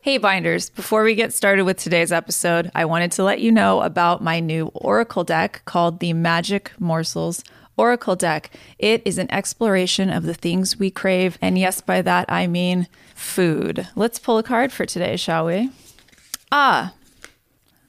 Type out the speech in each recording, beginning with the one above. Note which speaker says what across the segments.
Speaker 1: Hey, Binders, before we get started with today's episode, I wanted to let you know about my new Oracle deck called the Magic Morsels Oracle deck. It is an exploration of the things we crave. And yes, by that I mean food. Let's pull a card for today, shall we? Ah,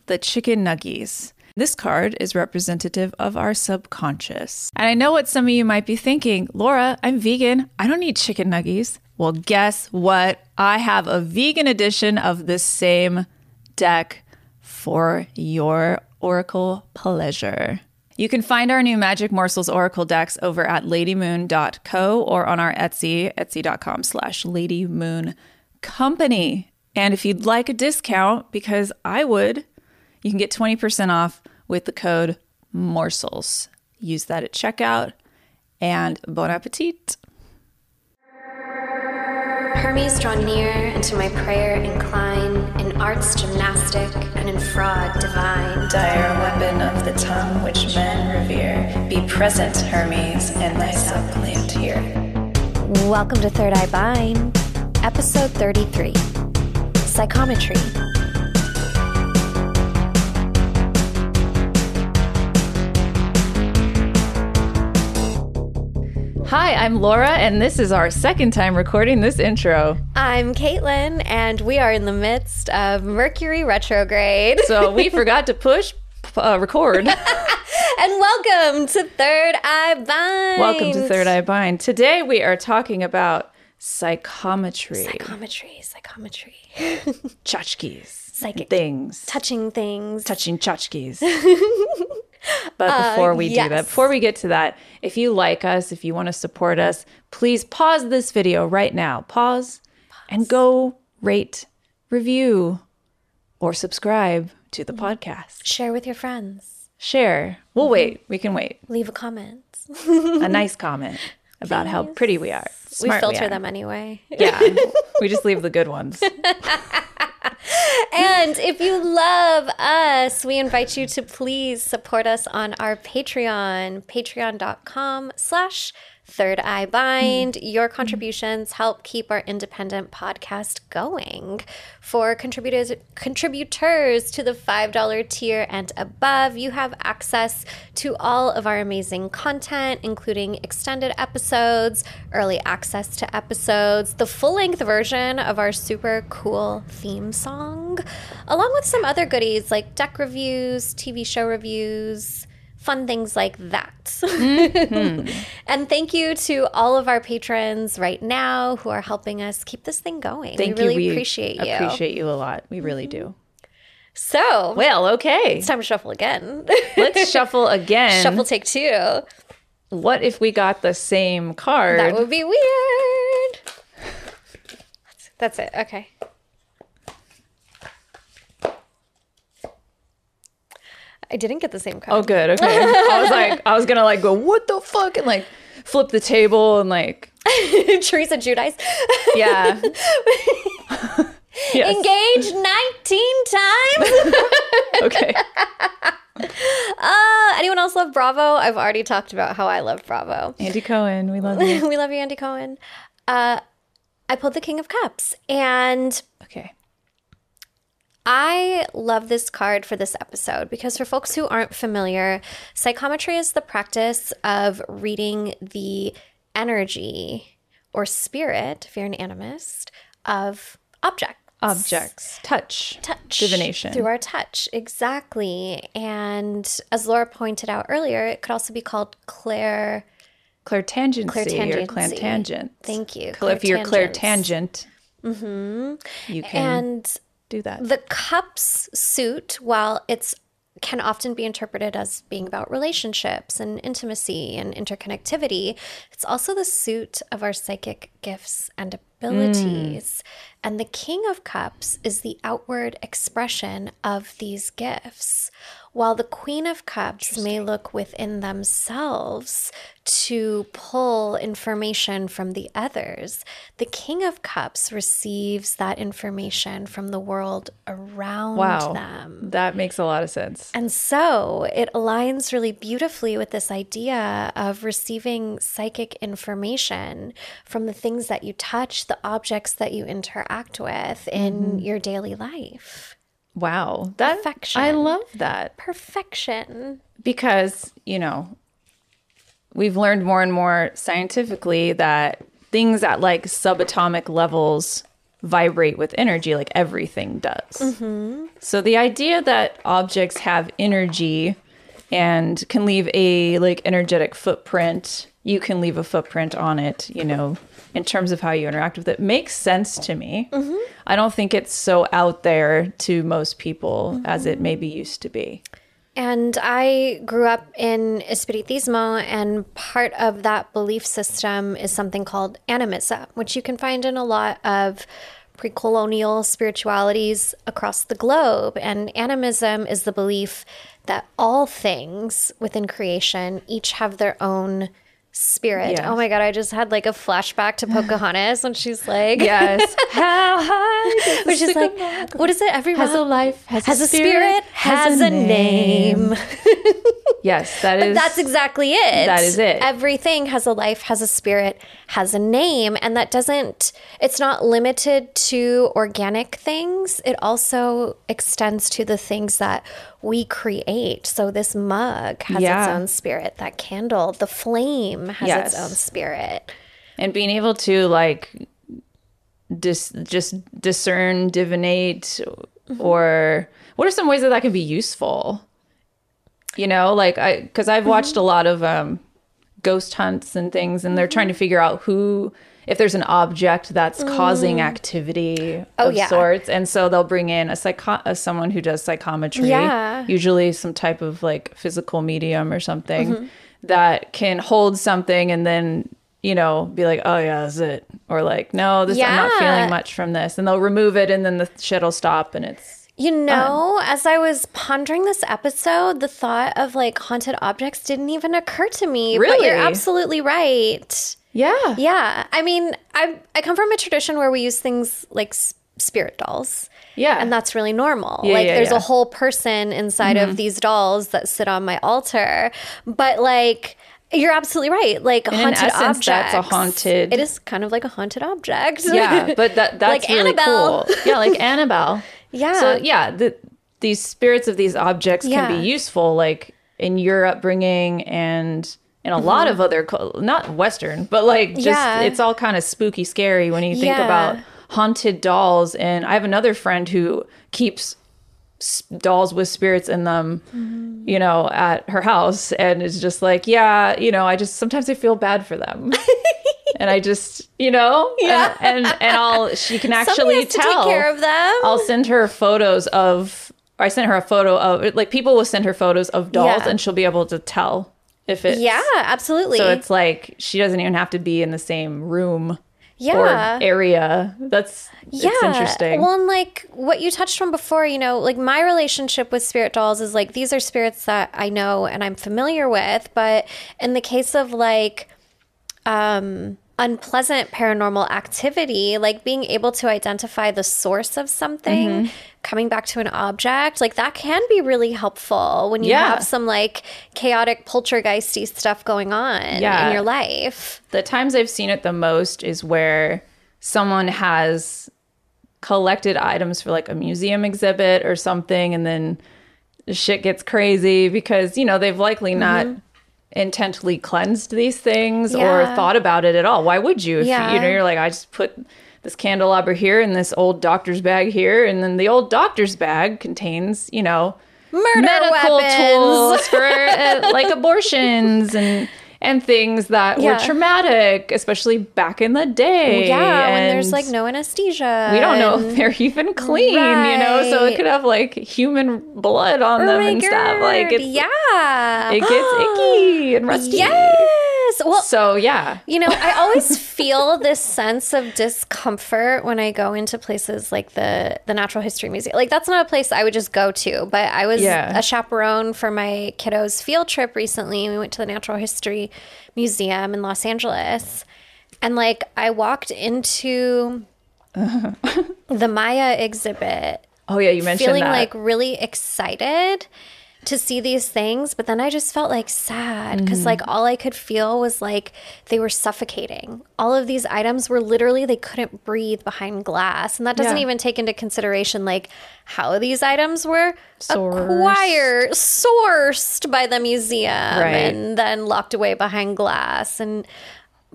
Speaker 1: the chicken nuggies. This card is representative of our subconscious. And I know what some of you might be thinking Laura, I'm vegan. I don't need chicken nuggies. Well, guess what? I have a vegan edition of this same deck for your oracle pleasure. You can find our new Magic Morsels Oracle decks over at ladymoon.co or on our Etsy, etsy.com slash ladymoon company. And if you'd like a discount, because I would, you can get 20% off with the code morsels. Use that at checkout and bon appetit.
Speaker 2: Hermes draw near, and to my prayer incline, in arts gymnastic and in fraud divine.
Speaker 3: Dire weapon of the tongue which men revere, be present, Hermes, and thy suppliant here.
Speaker 2: Welcome to Third Eye Bind, episode 33 Psychometry.
Speaker 1: Hi, I'm Laura, and this is our second time recording this intro.
Speaker 2: I'm Caitlin, and we are in the midst of Mercury retrograde.
Speaker 1: So we forgot to push uh, record.
Speaker 2: and welcome to Third Eye Bind.
Speaker 1: Welcome to Third Eye Bind. Today we are talking about psychometry,
Speaker 2: Psychometry, psychometry.
Speaker 1: tchotchkes,
Speaker 2: Psychic.
Speaker 1: things,
Speaker 2: Touching things.
Speaker 1: touching tchotchkes. But before we do that,
Speaker 2: Uh, yes.
Speaker 1: before we get to that, if you like us, if you want to support us, please pause this video right now. Pause, and go rate, review, or subscribe to
Speaker 2: Mm-hmm.
Speaker 1: the podcast.
Speaker 2: Share with your friends.
Speaker 1: Share. We'll wait. We can wait.
Speaker 2: Leave a comment.
Speaker 1: A nice comment about how pretty we are.
Speaker 2: we
Speaker 1: smart we
Speaker 2: filter
Speaker 1: are.
Speaker 2: them anyway.
Speaker 1: Yeah. we just leave the good ones.
Speaker 2: And if you love us, we invite you to please support us on our Patreon, patreon.com slash third eye bind. Your contributions help keep our independent podcast going. For contributors contributors to the $5 tier and above, you have access to all of our amazing content, including extended episodes, early access to episodes, the full length version of our super cool theme song, along with some other goodies like deck reviews, TV show reviews. Fun things like that.
Speaker 1: Mm-hmm.
Speaker 2: and thank you to all of our patrons right now who are helping us keep this thing going.
Speaker 1: Thank
Speaker 2: we really
Speaker 1: you. We
Speaker 2: appreciate you. Mm-hmm.
Speaker 1: Appreciate you a lot. We really do.
Speaker 2: So
Speaker 1: Well, okay.
Speaker 2: it's time to shuffle again.
Speaker 1: Let's shuffle again.
Speaker 2: shuffle take two.
Speaker 1: What if we got the same card?
Speaker 2: That would be weird. That's, that's it. Okay. I didn't get the same
Speaker 1: Oh,
Speaker 2: card.
Speaker 1: good. Okay. I was like, I was gonna like go, what the fuck, and like flip the table and like,
Speaker 2: Teresa Judice.
Speaker 1: yeah. yes.
Speaker 2: Engaged 19 times.
Speaker 1: Okay.
Speaker 2: Uh, anyone else love Bravo? I've already talked about how I love Bravo.
Speaker 1: Andy Cohen, we love you.
Speaker 2: we love you, Andy Cohen. Uh, I pulled the King of Cups and
Speaker 1: Okay.
Speaker 2: I love this card for this episode because for folks who aren't familiar, psychometry is the practice of reading the energy or spirit, if you're an animist, of objects.
Speaker 1: Objects, touch,
Speaker 2: Touch.
Speaker 1: divination.
Speaker 2: Through our touch, exactly. And as Laura pointed out earlier, it could also be called clair.
Speaker 1: clairtangency, or
Speaker 2: Clairtangency.
Speaker 1: clairtangent.
Speaker 2: Thank you.
Speaker 1: Cla- If you're
Speaker 2: clairtangence.
Speaker 1: clairtangent, you can
Speaker 2: And
Speaker 1: do that.
Speaker 2: the cups suit while it's can often be interpreted as being about relationships and intimacy and interconnectivity it's also the suit of our psychic gifts and abilities and the king of cups is the outward expression of these gifts while the queen of cups may look within themselves to pull information from the others the king of cups receives that information from the world around
Speaker 1: wow,
Speaker 2: them
Speaker 1: that makes a lot of sense.
Speaker 2: and so it aligns really beautifully with this idea of receiving psychic information from the things that you touch, the objects that you interact interact with in your daily life.
Speaker 1: Wow. That I
Speaker 2: Perfection.
Speaker 1: love that
Speaker 2: Perfection.
Speaker 1: because, you know, we've learned more and more scientifically that things at like subatomic levels vibrate with energy like everything does. So the idea that objects have energy and can leave a like energetic footprint, you can leave a footprint on it, you know, in terms of how you interact with it makes sense to me. I don't think it's so out there to most people as it maybe used to be.
Speaker 2: And I grew up in Espiritismo, and part of that belief system is something called animism, which you can find in a lot of pre colonial spiritualities across the globe. And animism is the belief that all things within creation each have their own spirit.
Speaker 1: Yes.
Speaker 2: Oh my God, I just had like a flashback to Pocahontas when she's like,
Speaker 1: Yes. how high?
Speaker 2: which is like, what is it? Everyone
Speaker 1: has a life, has,
Speaker 2: has a spirit, has a name.
Speaker 1: Yes, that is
Speaker 2: That's exactly it.
Speaker 1: That is it.
Speaker 2: Everything has a life, has a spirit, has a name, and that doesn't it's not limited to organic things. It also extends to the things that we create. So this mug has its
Speaker 1: Yeah.
Speaker 2: own spirit, that candle, the flame has
Speaker 1: Yes.
Speaker 2: its own spirit.
Speaker 1: and being able to like dis- just discern divinate
Speaker 2: Mm-hmm.
Speaker 1: or what are some ways that that can be useful you know like i because
Speaker 2: Mm-hmm.
Speaker 1: i've watched a lot of um ghost hunts and things and they're trying
Speaker 2: Mm-hmm.
Speaker 1: to figure out who if there's an object that's causing activity of
Speaker 2: Mm. Oh, yeah.
Speaker 1: sorts and so they'll bring in a psycho uh, someone who does psychometry
Speaker 2: Yeah.
Speaker 1: usually some type of like physical medium or something
Speaker 2: Mm-hmm.
Speaker 1: that can hold something and then you know be like oh yeah that's it or like no this i'm not
Speaker 2: Yeah.
Speaker 1: feeling much from this and they'll remove it and then the shit'll stop and it's
Speaker 2: You know,
Speaker 1: Um,
Speaker 2: as I was pondering this episode, the thought of like haunted objects didn't even occur to me. But
Speaker 1: Really?
Speaker 2: you're absolutely right.
Speaker 1: yeah
Speaker 2: Yeah, I mean, I I come from a tradition where we use things like s- spirit dolls.
Speaker 1: Yeah.
Speaker 2: and that's really normal.
Speaker 1: Yeah,
Speaker 2: like,
Speaker 1: yeah,
Speaker 2: there's a
Speaker 1: yeah. Mm-hmm.
Speaker 2: whole person inside of these dolls that sit on my altar. But like, you're absolutely right. Like
Speaker 1: in
Speaker 2: haunted
Speaker 1: essence,
Speaker 2: objects.
Speaker 1: that's a haunted-
Speaker 2: It is kind of like a haunted object.
Speaker 1: yeah but that that's
Speaker 2: Like
Speaker 1: really
Speaker 2: Annabelle.
Speaker 1: cool yeah like annabelle
Speaker 2: yeah.
Speaker 1: so yeah the, these spirits of these objects
Speaker 2: Yeah.
Speaker 1: can be useful like in your upbringing and in a lot of other cul- not western but like just
Speaker 2: Mm-hmm. Yeah.
Speaker 1: it's all kind of spooky scary when you think
Speaker 2: Yeah.
Speaker 1: about haunted dolls and i have another friend who keeps s- dolls with spirits in them
Speaker 2: Mm-hmm.
Speaker 1: you know at her house and it's just like yeah you know i just sometimes i feel bad for them and i just you know yeah and and, and i'll she can
Speaker 2: Somebody
Speaker 1: actually
Speaker 2: has to
Speaker 1: tell
Speaker 2: take care of them.
Speaker 1: I'll send her photos of. I sent her a photo of like people will send her photos of dolls,
Speaker 2: Yeah.
Speaker 1: and she'll be able to tell if it's
Speaker 2: yeah, absolutely.
Speaker 1: So it's like she doesn't even have to be in the same room or
Speaker 2: yeah.
Speaker 1: area. That's yeah. It's interesting.
Speaker 2: Well, and like what you touched on before, you know, like my relationship with spirit dolls is like these are spirits that I know and I'm familiar with, but in the case of like um unpleasant paranormal activity, like being able to identify the source of something,
Speaker 1: Mm-hmm.
Speaker 2: coming back to an object, like that can be really helpful when you
Speaker 1: Yeah.
Speaker 2: have some like chaotic poltergeisty stuff going on
Speaker 1: Yeah.
Speaker 2: in your life.
Speaker 1: the times I've seen it the most is where someone has collected items for like a museum exhibit or something, and then shit gets crazy because, you know, they've likely
Speaker 2: Mm-hmm.
Speaker 1: not intently cleansed these things
Speaker 2: Yeah.
Speaker 1: or thought about it at all. Why would you? If you
Speaker 2: Yeah.
Speaker 1: know, you're like, I just put this candelabra here and this old doctor's bag here, and then the old doctor's bag contains, you know,
Speaker 2: Murder
Speaker 1: medical
Speaker 2: weapons.
Speaker 1: tools for uh, like abortions and and things that
Speaker 2: Yeah.
Speaker 1: were traumatic, especially back in the day.
Speaker 2: Yeah, when there's like
Speaker 1: And
Speaker 2: no anesthesia.
Speaker 1: we don't know if they're even clean, you know. So
Speaker 2: Right. Oh
Speaker 1: it could have like human blood on them and stuff. Like it's,
Speaker 2: yeah.
Speaker 1: it gets icky and rusty.
Speaker 2: yes. Well,
Speaker 1: So yeah,
Speaker 2: you know, I always feel this sense of discomfort when I go into places like the the Natural History Museum. Like that's not a place I would just go to, but I was
Speaker 1: Yeah.
Speaker 2: a chaperone for my kiddos field trip recently and we went to the Natural History Museum in Los Angeles. And like I walked into the Maya exhibit
Speaker 1: oh yeah, you mentioned
Speaker 2: feeling
Speaker 1: that.
Speaker 2: like really excited to see these things, but then I just felt like sad because
Speaker 1: Mm.
Speaker 2: like all I could feel was like they were suffocating. All of these items were literally they couldn't breathe behind glass, and that doesn't
Speaker 1: Yeah.
Speaker 2: even take into consideration like how these items were
Speaker 1: Sourced.
Speaker 2: acquired, sourced by the museum,
Speaker 1: Right.
Speaker 2: and then locked away behind glass. And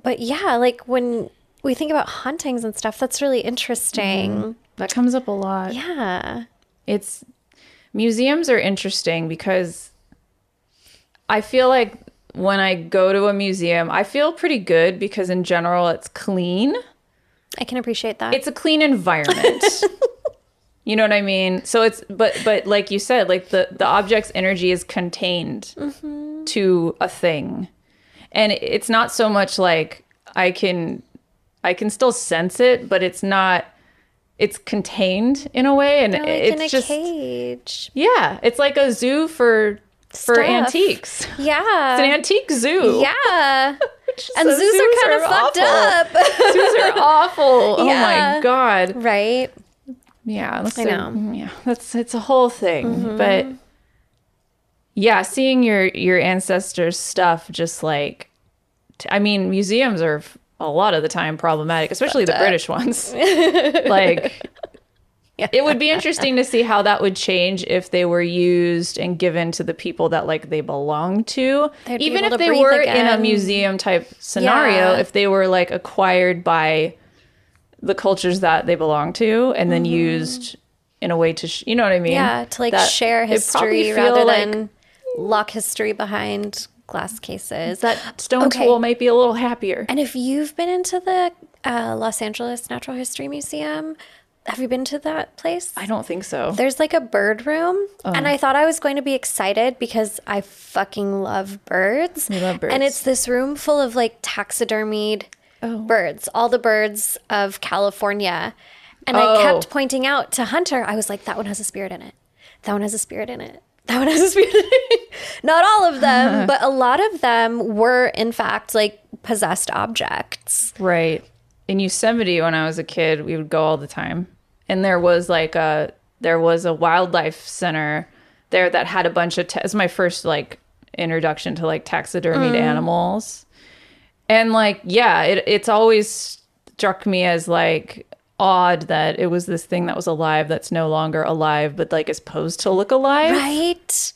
Speaker 2: but yeah, like when we think about hauntings and stuff, that's really interesting.
Speaker 1: That comes up a lot.
Speaker 2: Yeah.
Speaker 1: it's museums are interesting because I feel like when I go to a museum, I feel pretty good because in general it's clean.
Speaker 2: I can appreciate that.
Speaker 1: It's a clean environment. you know what I mean? So it's but but like you said, like the the object's energy is contained
Speaker 2: Mm-hmm.
Speaker 1: to a thing. And it's not so much like I can I can still sense it, but it's not it's contained in a way and
Speaker 2: They're, like
Speaker 1: it's
Speaker 2: in a
Speaker 1: just
Speaker 2: cage.
Speaker 1: yeah, it's like a zoo for for
Speaker 2: Stuff.
Speaker 1: antiques. It's
Speaker 2: Yeah.
Speaker 1: an antique zoo.
Speaker 2: yeah. and
Speaker 1: So
Speaker 2: zoos,
Speaker 1: zoos
Speaker 2: are kind
Speaker 1: are
Speaker 2: of fucked
Speaker 1: awful.
Speaker 2: up.
Speaker 1: zoos are awful. Oh
Speaker 2: Yeah.
Speaker 1: my god.
Speaker 2: right.
Speaker 1: Yeah, that's
Speaker 2: I
Speaker 1: a-
Speaker 2: know. Mm-hmm.
Speaker 1: mm, yeah, that's it's a whole thing. But yeah, seeing your your ancestors' stuff, just like, t- I mean, museums are f- a lot of the time problematic, especially the British ones. like. It would be interesting to see how that would change if they were used and given to the people that like they belong to.
Speaker 2: They'd be
Speaker 1: Even
Speaker 2: able
Speaker 1: if
Speaker 2: to
Speaker 1: they
Speaker 2: breathe
Speaker 1: were in a
Speaker 2: again.
Speaker 1: museum type scenario,
Speaker 2: Yeah.
Speaker 1: if they were like acquired by the cultures that they belong to and then used in a way to sh- you know what i mean
Speaker 2: Mm-hmm. Yeah. To like
Speaker 1: That-
Speaker 2: share
Speaker 1: it'd probably
Speaker 2: history
Speaker 1: feel
Speaker 2: rather
Speaker 1: like
Speaker 2: than lock history behind glass cases.
Speaker 1: that stone
Speaker 2: Okay.
Speaker 1: tool might be a little happier
Speaker 2: and if you've been into the uh, Los Angeles Natural History Museum, have you been to that place?
Speaker 1: i don't think so
Speaker 2: There's like a bird room, and
Speaker 1: Oh.
Speaker 2: I thought I was going to be excited because I fucking love birds.
Speaker 1: You love
Speaker 2: and
Speaker 1: birds.
Speaker 2: it's this room full of like taxidermied
Speaker 1: Oh.
Speaker 2: birds, all the birds of California. And
Speaker 1: Oh.
Speaker 2: I kept pointing out to Hunter, I was like, that one has a spirit in it. That one has a spirit in it. That one has a spirit in it. Not all of them, but a lot of them were, in fact, like possessed objects.
Speaker 1: right in yosemite when i was a kid we would go all the time and there was like a there was a wildlife center there that had a bunch of ta- it was my first like introduction to like taxidermied animals and like yeah it, it's always struck me as like odd that it was this thing that was alive that's no longer alive but like is posed to look alive
Speaker 2: Right?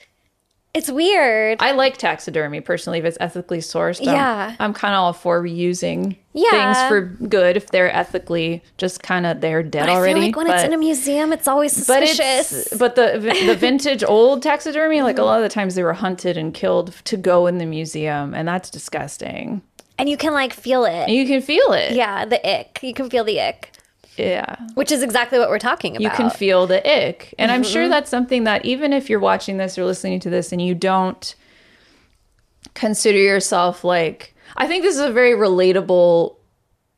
Speaker 2: It's weird.
Speaker 1: i like taxidermy personally if it's ethically sourced I'm-
Speaker 2: Yeah.
Speaker 1: i'm, kind of all for reusing things
Speaker 2: Yeah.
Speaker 1: for good if they're ethically just kind of they're dead already
Speaker 2: I feel like when it's
Speaker 1: but-
Speaker 2: in a museum, it's always
Speaker 1: but
Speaker 2: suspicious.
Speaker 1: it's but the the vintage old taxidermy like a lot of the times they were hunted and killed to go in the museum and that's disgusting
Speaker 2: and you can like feel it.
Speaker 1: and you can feel it
Speaker 2: Yeah, the ick. You can feel the ick,
Speaker 1: yeah
Speaker 2: which is exactly what we're talking about.
Speaker 1: you can feel the ick and i'm sure that's something that even if you're watching this or listening to this and you don't consider yourself like i think this is a very relatable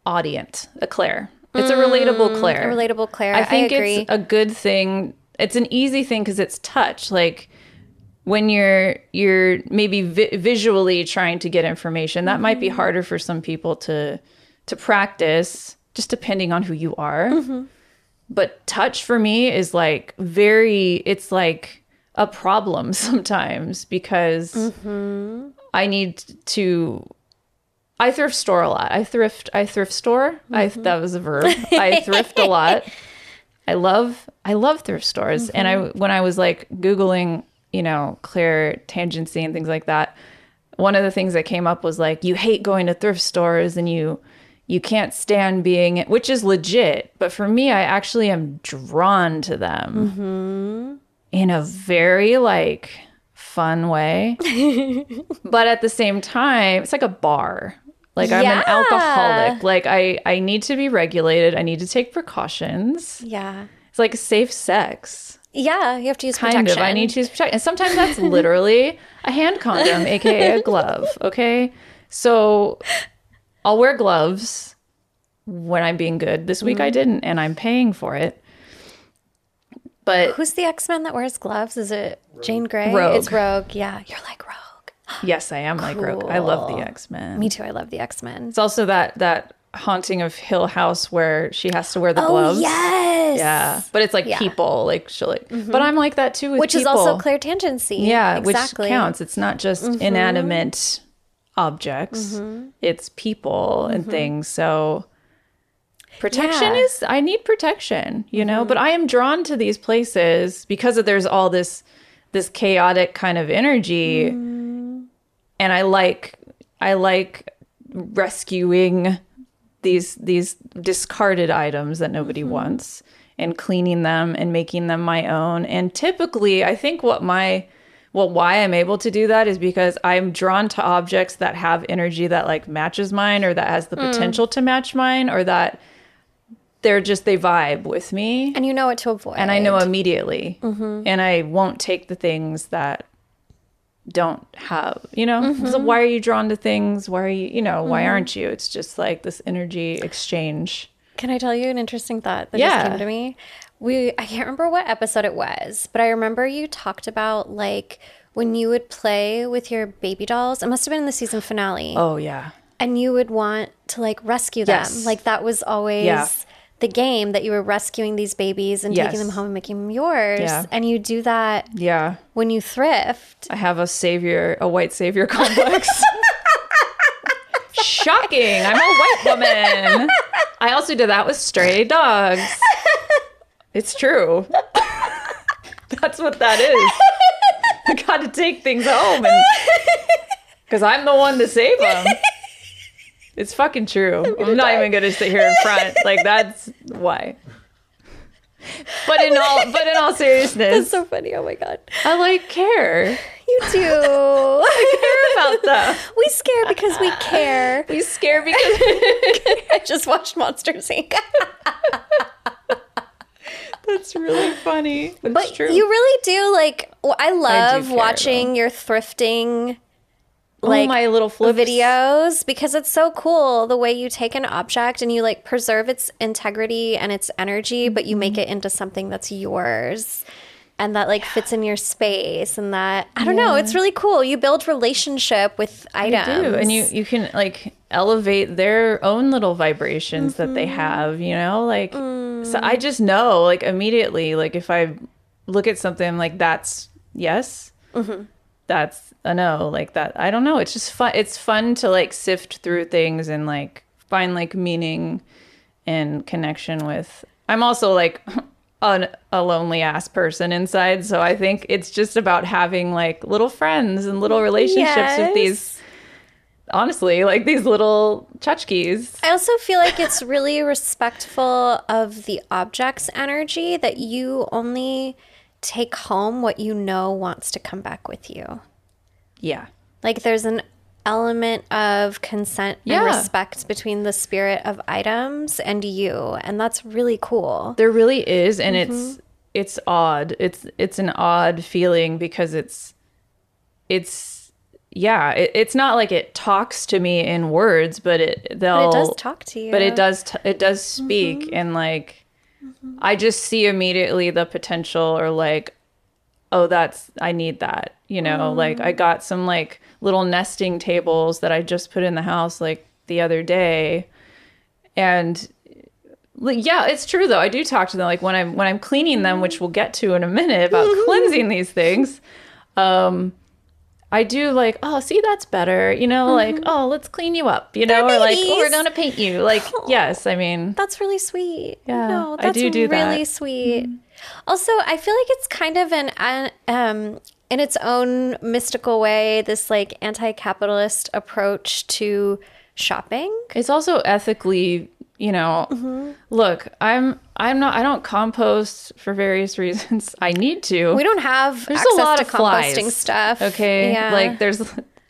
Speaker 1: audience a claire it's a relatable claire
Speaker 2: Relatable, Claire.
Speaker 1: I think
Speaker 2: agree.
Speaker 1: it's a good thing. It's an easy thing because it's touch. Like when you're you're maybe vi- visually trying to get information, that might be
Speaker 2: Mm-hmm.
Speaker 1: harder for some people to to practice, just depending on who you are.
Speaker 2: Mm-hmm.
Speaker 1: But touch for me is like very. It's like a problem sometimes because
Speaker 2: Mm-hmm.
Speaker 1: I need to I thrift store a lot. I thrift. I thrift store. I
Speaker 2: Mm-hmm.
Speaker 1: that was a verb. I thrift a lot. I love. I love thrift stores. And I when I was like googling, you know, clear tangency and things like that. One of the things that came up was like you hate going to thrift stores and you you can't stand being which is legit. But for me, I actually am drawn to them in a very like fun way. but at the same time, it's like a bar. Like I'm
Speaker 2: Yeah.
Speaker 1: an alcoholic. Like I I need to be regulated. I need to take precautions.
Speaker 2: yeah.
Speaker 1: It's like safe sex.
Speaker 2: Yeah, you have to use
Speaker 1: Kind
Speaker 2: protection.
Speaker 1: of. I need to use protection. And sometimes that's literally a hand condom, aka a glove. Okay. So I'll wear gloves when I'm being good. This week I
Speaker 2: Mm-hmm.
Speaker 1: didn't, and I'm paying for it. But
Speaker 2: Who's the X Men that wears gloves? Is it Jane Grey?
Speaker 1: Rogue.
Speaker 2: It's Rogue. Yeah, you're like Rogue.
Speaker 1: Yes, I am like Rogue. I love the X Men.
Speaker 2: Me too. I love the X Men.
Speaker 1: It's also that that Haunting of Hill House where she has to wear the
Speaker 2: Oh
Speaker 1: gloves.
Speaker 2: yes.
Speaker 1: Yeah. But it's like
Speaker 2: Yeah. Mm-hmm.
Speaker 1: people, like she'll like but I'm like that too with
Speaker 2: Which is
Speaker 1: people.
Speaker 2: also clairtangency.
Speaker 1: Yeah,
Speaker 2: exactly. Mm-hmm.
Speaker 1: which counts. It's not just inanimate objects. It's people and things. So protection
Speaker 2: Mm-hmm. Yeah. Mm-hmm.
Speaker 1: is I need protection, you know, but I am drawn to these places because of there's all this this chaotic kind of energy
Speaker 2: Mm-hmm.
Speaker 1: and I like I like rescuing these these discarded items that nobody wants and cleaning them and making them my own and typically i think what my well why i'm able to do that is because i'm drawn to objects that have energy that like matches mine or that has the potential to match mine or that they're just they vibe with me
Speaker 2: And you know what to avoid.
Speaker 1: and I know immediately, and I won't take the things that don't have. You know, so why are you drawn to things? Why are you? You know, why aren't you? It's just like this energy exchange.
Speaker 2: Can I tell you an interesting thought that
Speaker 1: Yeah.
Speaker 2: just came to me? We I can't remember what episode it was, but I remember you talked about like when you would play with your baby dolls. It must have been in the season finale.
Speaker 1: Oh yeah,
Speaker 2: And you would want to like rescue
Speaker 1: Yes.
Speaker 2: them. Like that was always
Speaker 1: Yeah.
Speaker 2: the game that you were rescuing these babies and
Speaker 1: Yes.
Speaker 2: taking them home and making them yours.
Speaker 1: Yeah.
Speaker 2: And you do that
Speaker 1: yeah.
Speaker 2: when you thrift.
Speaker 1: I have a savior, a white savior complex. Shocking! I'm a white woman. I also did that with stray dogs. It's true. That's what that is. I got to take things home because I'm the one to save them. It's fucking true. I'm, not even gonna sit here in front. Like that's why. But in all, but in all
Speaker 2: That's
Speaker 1: seriousness,
Speaker 2: so funny. Oh my god.
Speaker 1: I like care.
Speaker 2: You do.
Speaker 1: Care about them.
Speaker 2: we scare because we care.
Speaker 1: You scare because
Speaker 2: I just watched Monsters Inc.
Speaker 1: that's really funny. But,
Speaker 2: But
Speaker 1: it's true.
Speaker 2: you really do like. w- I love
Speaker 1: care,
Speaker 2: watching your thrifting
Speaker 1: Oh,
Speaker 2: like,
Speaker 1: my little flips.
Speaker 2: videos because it's so cool the way you take an object and you like preserve its integrity and its energy, but you make it
Speaker 1: Mm-hmm.
Speaker 2: into something that's yours and that like fits in your space and that I don't know. It's really cool. You build relationship with
Speaker 1: You
Speaker 2: items
Speaker 1: do, and you you can like elevate their own little vibrations that
Speaker 2: Mm-hmm.
Speaker 1: they have. You know, like so.
Speaker 2: Mm.
Speaker 1: I just know like immediately, like if I look at something, I'm like that's yes. That's a no, like that. I don't know. It's just fun. It's fun to like sift through things and like find like meaning and connection with. I'm also like an, a lonely ass person inside, so I think it's just about having like little friends and little relationships with these. Honestly, like these little tchotchkes.
Speaker 2: I also feel like it's really respectful of the object's energy that you only take home what you know wants to come back with you.
Speaker 1: Yeah.
Speaker 2: Like there's an element of consent
Speaker 1: Yeah.
Speaker 2: and respect between the spirit of items and you, and that's really cool.
Speaker 1: There really is, and
Speaker 2: Mm-hmm.
Speaker 1: it's it's odd. It's it's an odd feeling because it's it's yeah. It, it's not like it talks to me in words, but it they'll
Speaker 2: But it does talk to you. Mm-hmm.
Speaker 1: But it does t- it does speak, and like I just see immediately the potential, or like oh that's I need that. You know, like
Speaker 2: Mm-hmm.
Speaker 1: I got some like little nesting tables that I just put in the house like the other day, and like, yeah, it's true though. I do talk to them like when I'm when I'm cleaning them, which we'll get to in a minute about
Speaker 2: Mm-hmm.
Speaker 1: cleansing these things. Um I do like, oh, see that's better. You know, like, oh, let's clean you up, you know, or like, oh, we're
Speaker 2: Mm-hmm. babies.
Speaker 1: going to paint you. Like, yes, I mean,
Speaker 2: That's really sweet.
Speaker 1: Yeah,
Speaker 2: no,
Speaker 1: I
Speaker 2: that's
Speaker 1: do do that. Mm-hmm.
Speaker 2: really sweet. Also, I feel like it's kind of an an- um in its own mystical way this like anti-capitalist approach to shopping.
Speaker 1: it's also ethically, you know,
Speaker 2: Mm-hmm.
Speaker 1: look, I'm I'm not I don't compost for various reasons. I need to.
Speaker 2: We don't have
Speaker 1: There's a
Speaker 2: access
Speaker 1: lot
Speaker 2: to
Speaker 1: of flies.
Speaker 2: composting stuff.
Speaker 1: Okay.
Speaker 2: Yeah.
Speaker 1: Like there's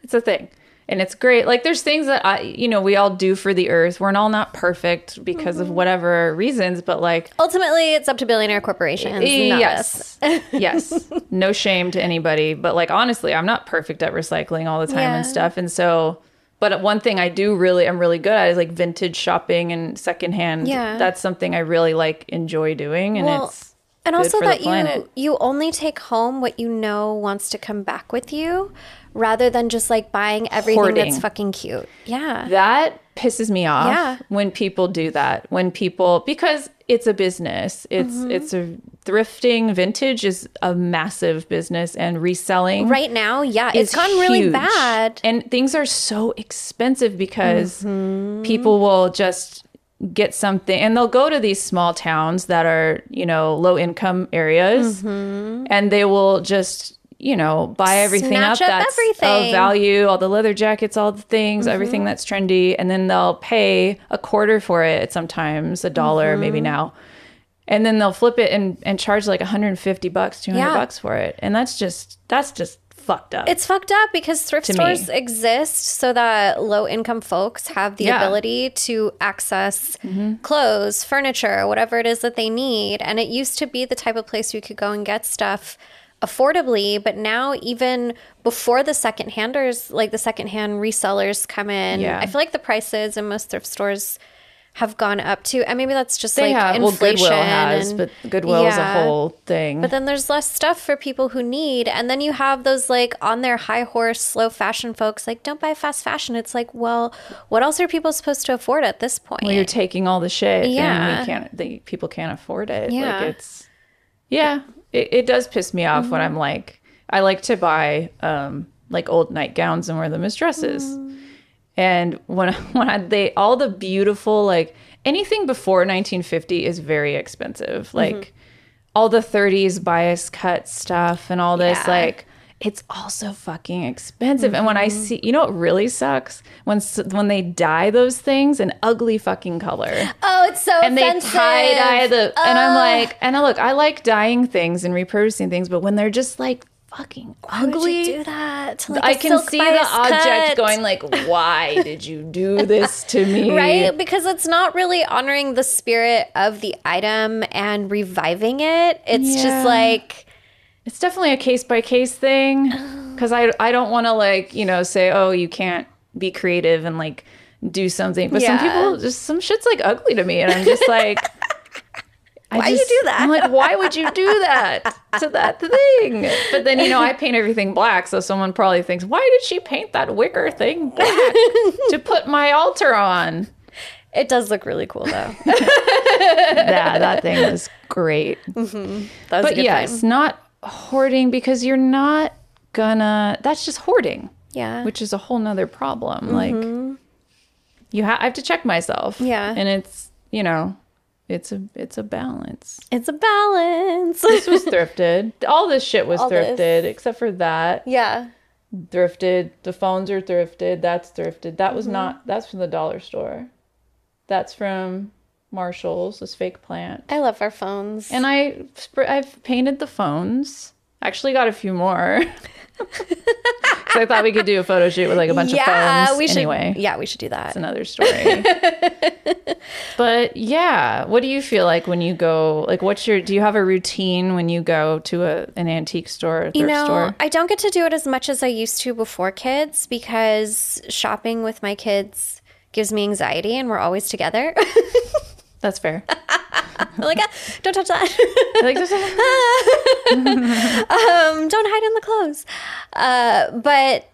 Speaker 1: it's a thing. And it's great. Like there's things that I you know, we all do for the earth. We're all not perfect because
Speaker 2: Mm-hmm.
Speaker 1: of whatever reasons, but like
Speaker 2: ultimately it's up to billionaire corporations. not us.
Speaker 1: yes. yes. No shame to anybody, but like honestly, I'm not perfect at recycling all the time and
Speaker 2: Yeah.
Speaker 1: stuff. And so but one thing I do really I'm really good at is like vintage shopping and secondhand.
Speaker 2: Yeah.
Speaker 1: That's something I really like enjoy doing and
Speaker 2: Well,
Speaker 1: it's
Speaker 2: and
Speaker 1: good
Speaker 2: also
Speaker 1: for the
Speaker 2: that you
Speaker 1: planet.
Speaker 2: you only take home what you know wants to come back with you rather than just like buying everything
Speaker 1: Hoarding.
Speaker 2: that's fucking cute. Yeah.
Speaker 1: That pisses me off
Speaker 2: Yeah.
Speaker 1: when people do that. When people because it's a business. It's
Speaker 2: Mm-hmm.
Speaker 1: it's a thrifting vintage is a massive business and reselling
Speaker 2: right now, yeah, it's
Speaker 1: is
Speaker 2: gotten really
Speaker 1: huge.
Speaker 2: bad.
Speaker 1: And things are so expensive because
Speaker 2: Mm-hmm.
Speaker 1: people will just get something and they'll go to these small towns that are, you know, low income areas and they will just, you know, buy everything
Speaker 2: Mm-hmm. Snatch
Speaker 1: up
Speaker 2: up
Speaker 1: that's of
Speaker 2: everything. Mm-hmm.
Speaker 1: value, all the leather jackets, all the things, everything that's trendy, and then they'll pay a quarter for it sometimes, a dollar
Speaker 2: Mm-hmm.
Speaker 1: maybe now. And then they'll flip it and, and charge like 150 bucks, 200
Speaker 2: Yeah.
Speaker 1: bucks for it. And that's just that's just fucked up.
Speaker 2: It's fucked up because thrift
Speaker 1: To
Speaker 2: stores
Speaker 1: me.
Speaker 2: exist so that low income folks have the
Speaker 1: Yeah. Mm-hmm.
Speaker 2: ability to access clothes, furniture, whatever it is that they need. And it used to be the type of place you could go and get stuff affordably, but now even before the second handers, like the secondhand resellers come in,
Speaker 1: Yeah.
Speaker 2: I feel like the prices in most thrift stores have gone up too. And maybe that's just
Speaker 1: they
Speaker 2: like
Speaker 1: have
Speaker 2: inflation.
Speaker 1: well goodwill has
Speaker 2: and-
Speaker 1: but goodwill is a
Speaker 2: Yeah.
Speaker 1: whole thing
Speaker 2: But then there's less stuff for people who need. And then you have those like on their high horse, slow fashion folks like, don't buy fast fashion. It's like, well, what else are people supposed to afford at this point?
Speaker 1: you're taking all the shit and
Speaker 2: Yeah.
Speaker 1: we can't the, people can't afford it
Speaker 2: Yeah.
Speaker 1: like it's yeah it, it does piss me off when
Speaker 2: Mm-hmm.
Speaker 1: i'm like i like to buy um like old nightgowns and wear them as dresses
Speaker 2: Mm.
Speaker 1: and when when I, they all the beautiful like anything before 1950 is very expensive
Speaker 2: Mm-hmm.
Speaker 1: like all the 30s bias cut stuff and all this
Speaker 2: Yeah.
Speaker 1: like it's also fucking expensive and when i
Speaker 2: Mm-hmm.
Speaker 1: see you know what really sucks when s- when they dye those things an ugly fucking color
Speaker 2: oh, it's so
Speaker 1: and
Speaker 2: offensive.
Speaker 1: they tie dye the and i'm like and i look i like dyeing things and reproducing things but when they're just like fucking
Speaker 2: Why would
Speaker 1: ugly
Speaker 2: you do that? To, like,
Speaker 1: I
Speaker 2: a
Speaker 1: can
Speaker 2: silk
Speaker 1: see the
Speaker 2: bias
Speaker 1: object
Speaker 2: cut.
Speaker 1: going like, "Why did you do this to me?"
Speaker 2: Right? Because it's not really honoring the spirit of the item and reviving it. It's
Speaker 1: Yeah.
Speaker 2: just like,
Speaker 1: It's definitely a case by case thing because I I don't want to like you know say, "Oh, you can't be creative and like do something." But some
Speaker 2: Yeah.
Speaker 1: people just some shit's like ugly to me, and I'm just like. I
Speaker 2: Why you
Speaker 1: just-
Speaker 2: do that?
Speaker 1: I'm like, why would you do that to that thing? But then, you know, I paint everything black, so someone probably thinks, why did she paint that wicker thing black to put my altar on?
Speaker 2: it does look really cool though.
Speaker 1: Yeah, that thing was great.
Speaker 2: That was a
Speaker 1: But
Speaker 2: good
Speaker 1: yes,
Speaker 2: find.
Speaker 1: not hoarding because you're not gonna. That's just hoarding,
Speaker 2: Yeah.
Speaker 1: which is a whole nother problem. Like you, ha- I have to check myself.
Speaker 2: Mm-hmm. Yeah.
Speaker 1: and it's you know, it's a it's a balance.
Speaker 2: it's a balance.
Speaker 1: This was thrifted. All this shit was
Speaker 2: All this.
Speaker 1: thrifted except for that.
Speaker 2: yeah.
Speaker 1: Thrifted. The phones are thrifted. That's thrifted. That
Speaker 2: Mm-hmm.
Speaker 1: was not. That's from the dollar store. That's from Marshalls. This fake plant.
Speaker 2: I love our phones.
Speaker 1: And I, sp- I've painted the phones. Actually, got a few more. Because I thought we could do a photo shoot with like a bunch of phones.
Speaker 2: we should.
Speaker 1: Anyway,
Speaker 2: Yeah, we should do that.
Speaker 1: it's another story. but yeah, what do you feel like when you go? Like, what's your? Do you have a routine when you go to a, an antique store, or thrift
Speaker 2: You know,
Speaker 1: store?
Speaker 2: I don't get to do it as much as I used to before kids because shopping with my kids gives me anxiety, and we're always together.
Speaker 1: That's fair.
Speaker 2: like, "Ah, don't touch that.
Speaker 1: like, this-
Speaker 2: um, don't hide in the clothes. Uh, but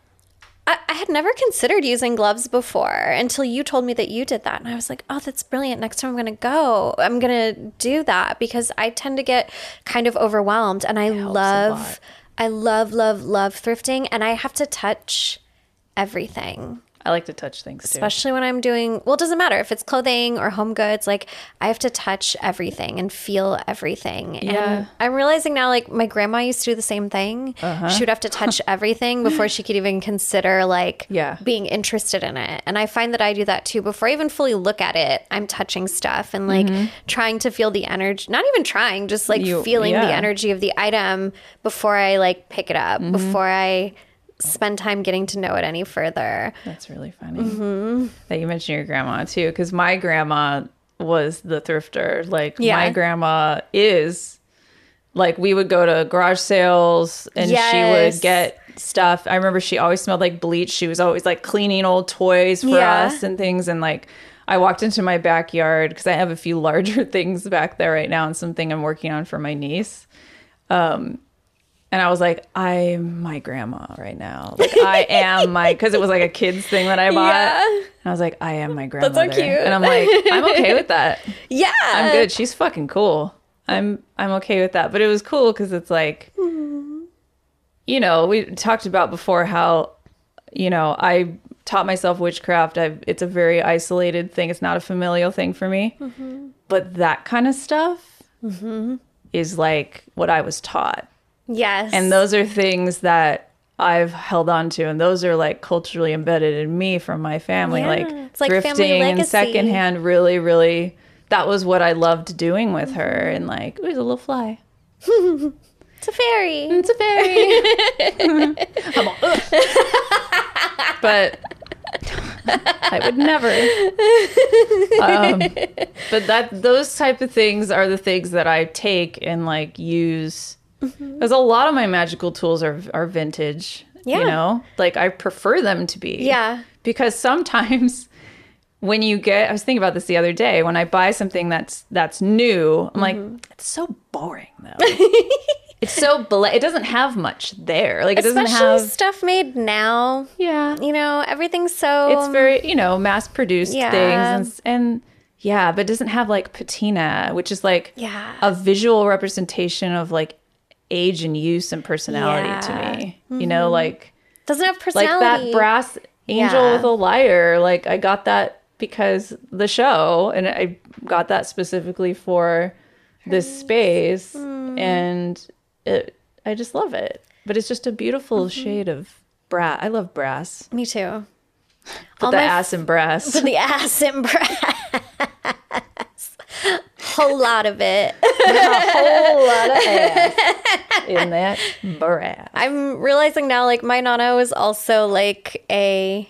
Speaker 2: I, I had never considered using gloves before until you told me that you did that. And I was like, oh, that's brilliant. Next time I'm going to go, I'm going to do that because I tend to get kind of overwhelmed. And I
Speaker 1: lot.
Speaker 2: love, I love, love, love thrifting. And I have to touch everything
Speaker 1: I like to touch things too.
Speaker 2: especially when I'm doing well, it doesn't matter if it's clothing or home goods, like I have to touch everything and feel everything.
Speaker 1: Yeah.
Speaker 2: And I'm realizing now, like my grandma used to do the same thing.
Speaker 1: Uh-huh.
Speaker 2: She would have to touch everything before she could even consider like
Speaker 1: Yeah.
Speaker 2: being interested in it. And I find that I do that too. Before I even fully look at it, I'm touching stuff and like trying to feel the energy, not even trying, just like
Speaker 1: Mm-hmm. You-
Speaker 2: feeling the
Speaker 1: yeah. Mm-hmm.
Speaker 2: energy of the item before I like pick it up, before I spend time getting to know it any further.
Speaker 1: That's really funny
Speaker 2: Mm-hmm.
Speaker 1: that you mentioned your grandma too, because my grandma was the thrifter. Like my
Speaker 2: Yeah.
Speaker 1: grandma is. Like we would go to garage sales and she
Speaker 2: Yes.
Speaker 1: would get stuff. I remember she always smelled like bleach. She was always like cleaning old toys for
Speaker 2: Yeah.
Speaker 1: us and things. And like I walked into my backyard because I have a few larger things back there right now and something I'm working on for my niece And I was like, I'm my grandma right now. Like I am my because it was like a kids thing that I bought.
Speaker 2: Yeah.
Speaker 1: And I was like, I am my grandmother.
Speaker 2: cute.
Speaker 1: And I'm like, I'm okay with that.
Speaker 2: Yeah.
Speaker 1: I'm good. She's fucking cool. I'm I'm okay with that. But it was cool because it's like, you know, we talked about before how, you know, I taught myself witchcraft. I it's a very isolated thing. It's not a familial thing for me.
Speaker 2: Mm-hmm.
Speaker 1: But that kind of stuff is like what I was taught.
Speaker 2: Yes.
Speaker 1: And those are things that I've held on to, and those are like culturally embedded in me from my family.
Speaker 2: Yeah,
Speaker 1: like
Speaker 2: it's like family
Speaker 1: thrifting and
Speaker 2: legacy.
Speaker 1: secondhand, really, really, that was what I loved doing with her. And like, ooh, there's a little fly.
Speaker 2: it's a fairy.
Speaker 1: It's a fairy. I'm all, "Ugh." but I would never. Um, but that those type of things are the things that I take and like use. Because a lot of my magical tools are are vintage.
Speaker 2: Yeah.
Speaker 1: You know, like I prefer them to be.
Speaker 2: Yeah.
Speaker 1: Because sometimes when you get, I was thinking about this the other day. When I buy something that's that's new, I'm like, it's so boring though. it's so bla- it doesn't have much there. Like it
Speaker 2: Especially
Speaker 1: doesn't have.
Speaker 2: stuff made now.
Speaker 1: Yeah.
Speaker 2: You know, everything's so.
Speaker 1: It's very you know mass produced
Speaker 2: Um, Yeah.
Speaker 1: things and, and yeah, but it doesn't have like patina, which is like
Speaker 2: Yeah.
Speaker 1: a visual representation of like age and use and personality
Speaker 2: Yeah. Mm-hmm.
Speaker 1: to me. You know, like
Speaker 2: doesn't have
Speaker 1: like that
Speaker 2: personality.
Speaker 1: brass angel
Speaker 2: Yeah.
Speaker 1: with a liar. Like I got that because the show, and I got that specifically for this space,
Speaker 2: Hmm.
Speaker 1: and it, I just love it. But it's just a beautiful
Speaker 2: Mm-hmm.
Speaker 1: shade of brass. I love brass.
Speaker 2: Me too.
Speaker 1: Put
Speaker 2: All
Speaker 1: the
Speaker 2: my f-
Speaker 1: ass in brass.
Speaker 2: The ass and brass. Whole lot of it.
Speaker 1: whole lot of ass in that brass.
Speaker 2: I'm realizing now, like my nana was also like a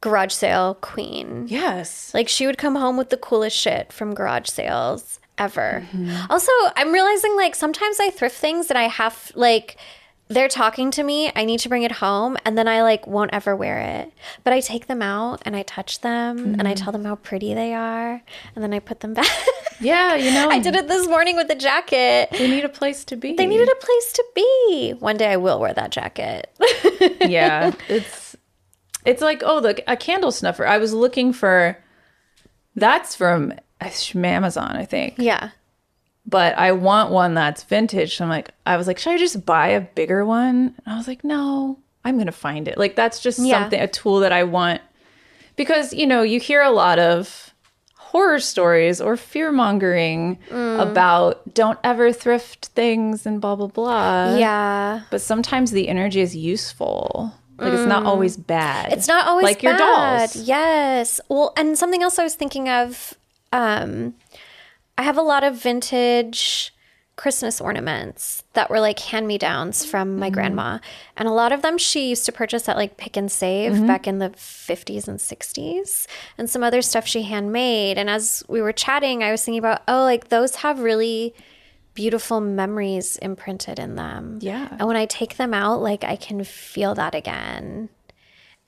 Speaker 2: garage sale queen.
Speaker 1: Yes.
Speaker 2: Like she would come home with the coolest shit from garage sales ever. Also, I'm realizing like sometimes I thrift things that I have like they're talking to me, I need to bring it home and then I like won't ever wear it. But I take them out and I touch them and I tell them how pretty they are and then I put them back.
Speaker 1: Yeah, you know,
Speaker 2: I did it this morning with the jacket.
Speaker 1: They need a place to be.
Speaker 2: They needed a place to be. One day I will wear that jacket.
Speaker 1: yeah it's it's like oh look a candle snuffer i was looking for that's from amazon i think
Speaker 2: yeah.
Speaker 1: but i want one that's vintage so i'm like i was like should i just buy a bigger one and i was like no i'm gonna find it like that's just
Speaker 2: Yeah.
Speaker 1: something a tool that i want because you know you hear a lot of horror stories or fear mongering about don't ever thrift things and blah blah blah
Speaker 2: Yeah.
Speaker 1: but sometimes the energy is useful. Like it's not always bad.
Speaker 2: Mm. It's not always
Speaker 1: like your
Speaker 2: bad.
Speaker 1: dolls.
Speaker 2: Yes. Well, and something else I was thinking of. Um, I have a lot of vintage Christmas ornaments that were like hand me downs from
Speaker 1: Mm-hmm.
Speaker 2: my grandma, and a lot of them she used to purchase at like Pick and Save
Speaker 1: Mm-hmm.
Speaker 2: back in the fifties and sixties, and some other stuff she handmade. And as we were chatting, I was thinking about oh, like those have really beautiful memories imprinted in them.
Speaker 1: Yeah.
Speaker 2: And when I take them out, like I can feel that again.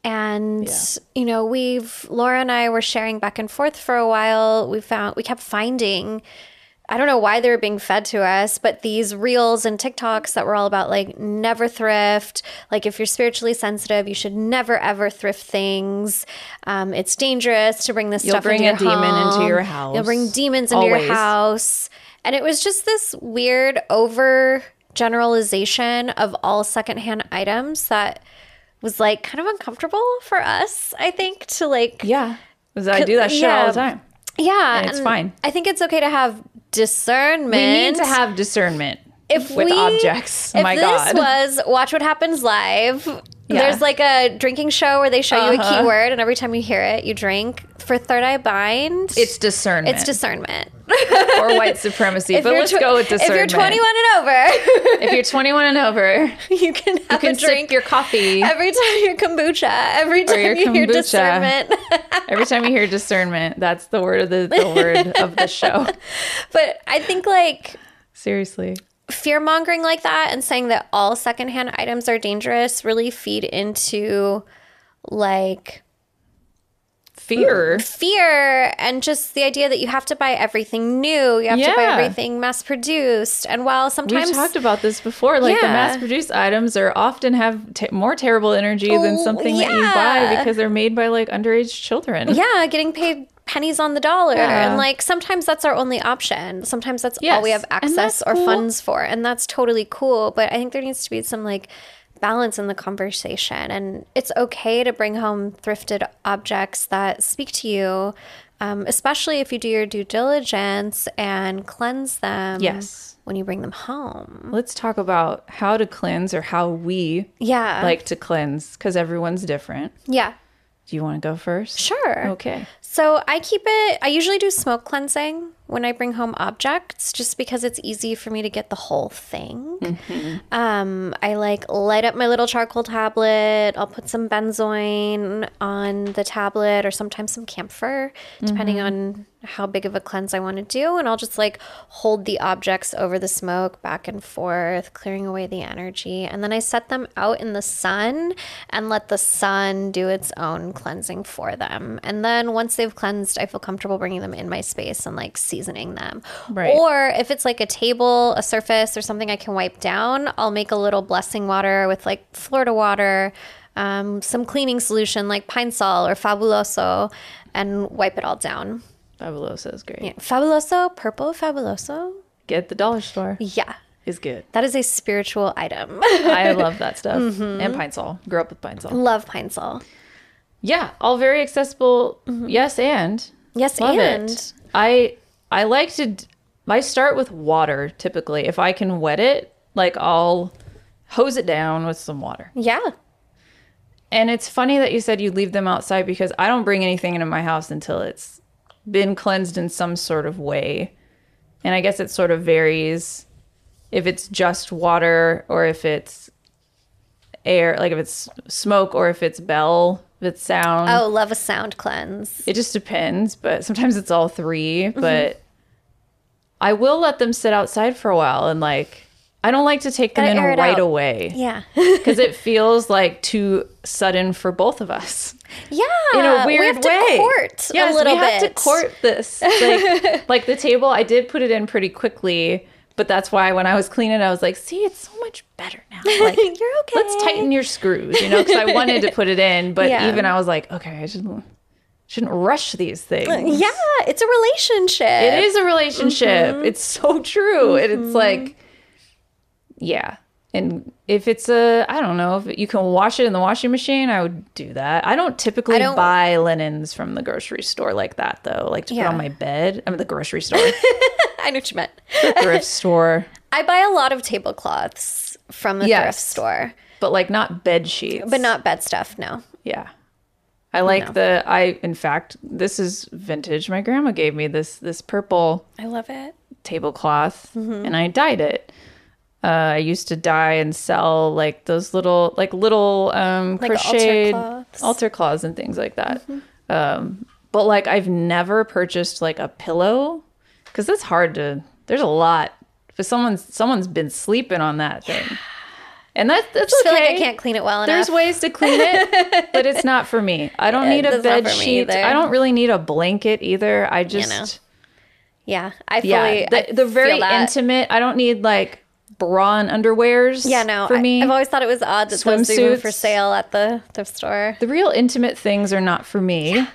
Speaker 2: And you know, we've Laura and I were sharing back and forth for a while. We found we kept finding I don't know why they were being fed to us, but these reels and TikToks that were all about like never thrift. Like, if you're spiritually sensitive, you should never ever thrift things. Um, it's dangerous to bring this
Speaker 1: You'll
Speaker 2: stuff
Speaker 1: bring
Speaker 2: into
Speaker 1: a
Speaker 2: your
Speaker 1: demon into
Speaker 2: home.
Speaker 1: your
Speaker 2: You'll bring
Speaker 1: house.
Speaker 2: demons into
Speaker 1: Always.
Speaker 2: your house. And it was just this weird over generalization of all secondhand items that was like kind of uncomfortable for us, I think, to like
Speaker 1: Yeah. 'Cause I do that shit all
Speaker 2: yeah.
Speaker 1: the time.
Speaker 2: yeah,
Speaker 1: it's
Speaker 2: and
Speaker 1: fine.
Speaker 2: I think it's okay to have discernment.
Speaker 1: We need to have discernment
Speaker 2: if
Speaker 1: with
Speaker 2: we-
Speaker 1: objects.
Speaker 2: If
Speaker 1: My
Speaker 2: this
Speaker 1: God.
Speaker 2: was Watch What Happens Live,
Speaker 1: Yeah. Uh-huh.
Speaker 2: there's like a drinking show where they show you a keyword, and every time you hear it, you drink. For Third Eye Bind,
Speaker 1: it's discernment.
Speaker 2: it's discernment.
Speaker 1: or white supremacy.
Speaker 2: If
Speaker 1: but
Speaker 2: you're
Speaker 1: let's
Speaker 2: tw-
Speaker 1: go with discernment.
Speaker 2: If you're 21 and over,
Speaker 1: If you're 21 and over,
Speaker 2: you can have
Speaker 1: you can
Speaker 2: a drink
Speaker 1: drink your coffee.
Speaker 2: every time your kombucha. Every time
Speaker 1: your
Speaker 2: you hear
Speaker 1: kombucha.
Speaker 2: discernment.
Speaker 1: Every time you hear discernment, that's the word of the, the word of the show.
Speaker 2: but I think like
Speaker 1: Seriously.
Speaker 2: fear mongering like that and saying that all secondhand items are dangerous really feed into like
Speaker 1: fear.
Speaker 2: fear and just the idea that you have to buy everything new, you have to buy
Speaker 1: Yeah.
Speaker 2: everything mass produced. And while
Speaker 1: We
Speaker 2: sometimes
Speaker 1: have talked about this before. Like the
Speaker 2: Yeah.
Speaker 1: mass-produced items are often have t- more terrible energy than
Speaker 2: Oh,
Speaker 1: something that you buy
Speaker 2: yeah.
Speaker 1: because they're made by like underage children.
Speaker 2: yeah, getting paid pennies on the dollar.
Speaker 1: Yeah.
Speaker 2: And like sometimes that's our only option. Sometimes that's all we
Speaker 1: Yes.
Speaker 2: have
Speaker 1: And
Speaker 2: access
Speaker 1: that's
Speaker 2: or
Speaker 1: cool.
Speaker 2: funds for. And that's totally cool. But I think there needs to be some like balance in the conversation. And it's okay to bring home thrifted objects that speak to you. Um, especially if you do your due diligence and cleanse them
Speaker 1: Yes.
Speaker 2: when you bring them home.
Speaker 1: Let's talk about how to cleanse or how we
Speaker 2: Yeah.
Speaker 1: like to cleanse because everyone's different.
Speaker 2: yeah.
Speaker 1: Do you want to go first?
Speaker 2: Sure.
Speaker 1: Okay.
Speaker 2: So I keep it, I usually do smoke cleansing when I bring home objects just because it's easy for me to get the whole thing. Um, I like light up my little charcoal tablet. I'll put some benzoin on the tablet or sometimes some camphor, depending on how big of a cleanse I want to do. And I'll just like hold the objects over the smoke back and forth, clearing away the energy. And then I set them out in the sun and let the sun do its own cleansing for them. And then once they've cleansed, I feel comfortable bringing them in my space and like seasoning them.
Speaker 1: Right.
Speaker 2: Or if it's like a table, a surface, or something I can wipe down, I'll make a little blessing water with like Florida water, um, some cleaning solution like Pine Sol or Fabuloso, and wipe it all down.
Speaker 1: Fabuloso is great.
Speaker 2: Yeah. Fabuloso, purple Fabuloso.
Speaker 1: Get the dollar store
Speaker 2: Yeah,
Speaker 1: is good.
Speaker 2: that is a spiritual item.
Speaker 1: I love that stuff.
Speaker 2: Mm-hmm.
Speaker 1: And pine sol. Grew up with pine sol.
Speaker 2: Love Pine Sol.
Speaker 1: Yeah, all very accessible.
Speaker 2: Mm-hmm.
Speaker 1: Yes, and
Speaker 2: Yes,
Speaker 1: love
Speaker 2: and
Speaker 1: it. I I like to. d- I start with water typically. If I can wet it, like I'll hose it down with some water.
Speaker 2: yeah,
Speaker 1: And it's funny that you said you leave them outside because I don't bring anything into my house until it's been cleansed in some sort of way. And I guess it sort of varies if it's just water or if it's air, like if it's smoke or if it's bell, if it's sound.
Speaker 2: oh, love a sound cleanse.
Speaker 1: It just depends, but sometimes it's all 3
Speaker 2: Mm-hmm.
Speaker 1: But I will let them sit outside for a while and like I don't like to take them
Speaker 2: Gotta air
Speaker 1: in
Speaker 2: it
Speaker 1: right
Speaker 2: out.
Speaker 1: away
Speaker 2: Yeah,
Speaker 1: because it feels like too sudden for both of us
Speaker 2: yeah.
Speaker 1: in a weird
Speaker 2: Uh, we have to
Speaker 1: way.
Speaker 2: court
Speaker 1: yes,
Speaker 2: a little
Speaker 1: we have
Speaker 2: bit.
Speaker 1: to court this. Like, like the table, I did put it in pretty quickly, but that's why when I was cleaning, I was like, "See, it's so much better now." Like,
Speaker 2: You're okay.
Speaker 1: let's tighten your screws, you know, because I wanted to put it in, but
Speaker 2: Yeah.
Speaker 1: even I was like, "Okay, I shouldn't shouldn't rush these things."
Speaker 2: Yeah, it's a relationship.
Speaker 1: It is a relationship.
Speaker 2: Mm-hmm.
Speaker 1: It's so true, and it's like, yeah. And if it's a, I don't know, if you can wash it in the washing machine, I would do that. I don't typically
Speaker 2: I don't-
Speaker 1: buy linens from the grocery store like that, though. Like to put
Speaker 2: Yeah.
Speaker 1: on my bed. I mean, the grocery store,
Speaker 2: I know what you meant.
Speaker 1: the thrift store,
Speaker 2: I buy a lot of tablecloths from the
Speaker 1: Yes.
Speaker 2: thrift store,
Speaker 1: but like not bed sheets.
Speaker 2: but not bed stuff. No.
Speaker 1: Yeah. I like the I in fact this is vintage my grandma gave me this this purple
Speaker 2: I love it.
Speaker 1: tablecloth
Speaker 2: Mm-hmm.
Speaker 1: and I dyed it. Uh, I used to dye and sell like those little like little um
Speaker 2: Like altar
Speaker 1: crocheted
Speaker 2: cloths. Mm-hmm.
Speaker 1: altar cloths and things like that. Um but like I've never purchased like a pillow cuz that's hard to there's a lot but someone's someone's been sleeping on that thing. And that's that's
Speaker 2: I feel
Speaker 1: okay.
Speaker 2: like I can't clean it well enough.
Speaker 1: There's ways to clean it, but it's not for me. I don't need a
Speaker 2: that's not
Speaker 1: bed
Speaker 2: for me
Speaker 1: sheet.
Speaker 2: either.
Speaker 1: I don't really need a blanket either. I just
Speaker 2: know. yeah, I fully.
Speaker 1: yeah, the,
Speaker 2: I
Speaker 1: the very
Speaker 2: feel that.
Speaker 1: intimate. I don't need like bra and underwears.
Speaker 2: Yeah, no.
Speaker 1: for
Speaker 2: I,
Speaker 1: me,
Speaker 2: I've always thought it was odd that those are even for
Speaker 1: Swimsuits.
Speaker 2: sale at the thrift store.
Speaker 1: the real intimate things are not for me.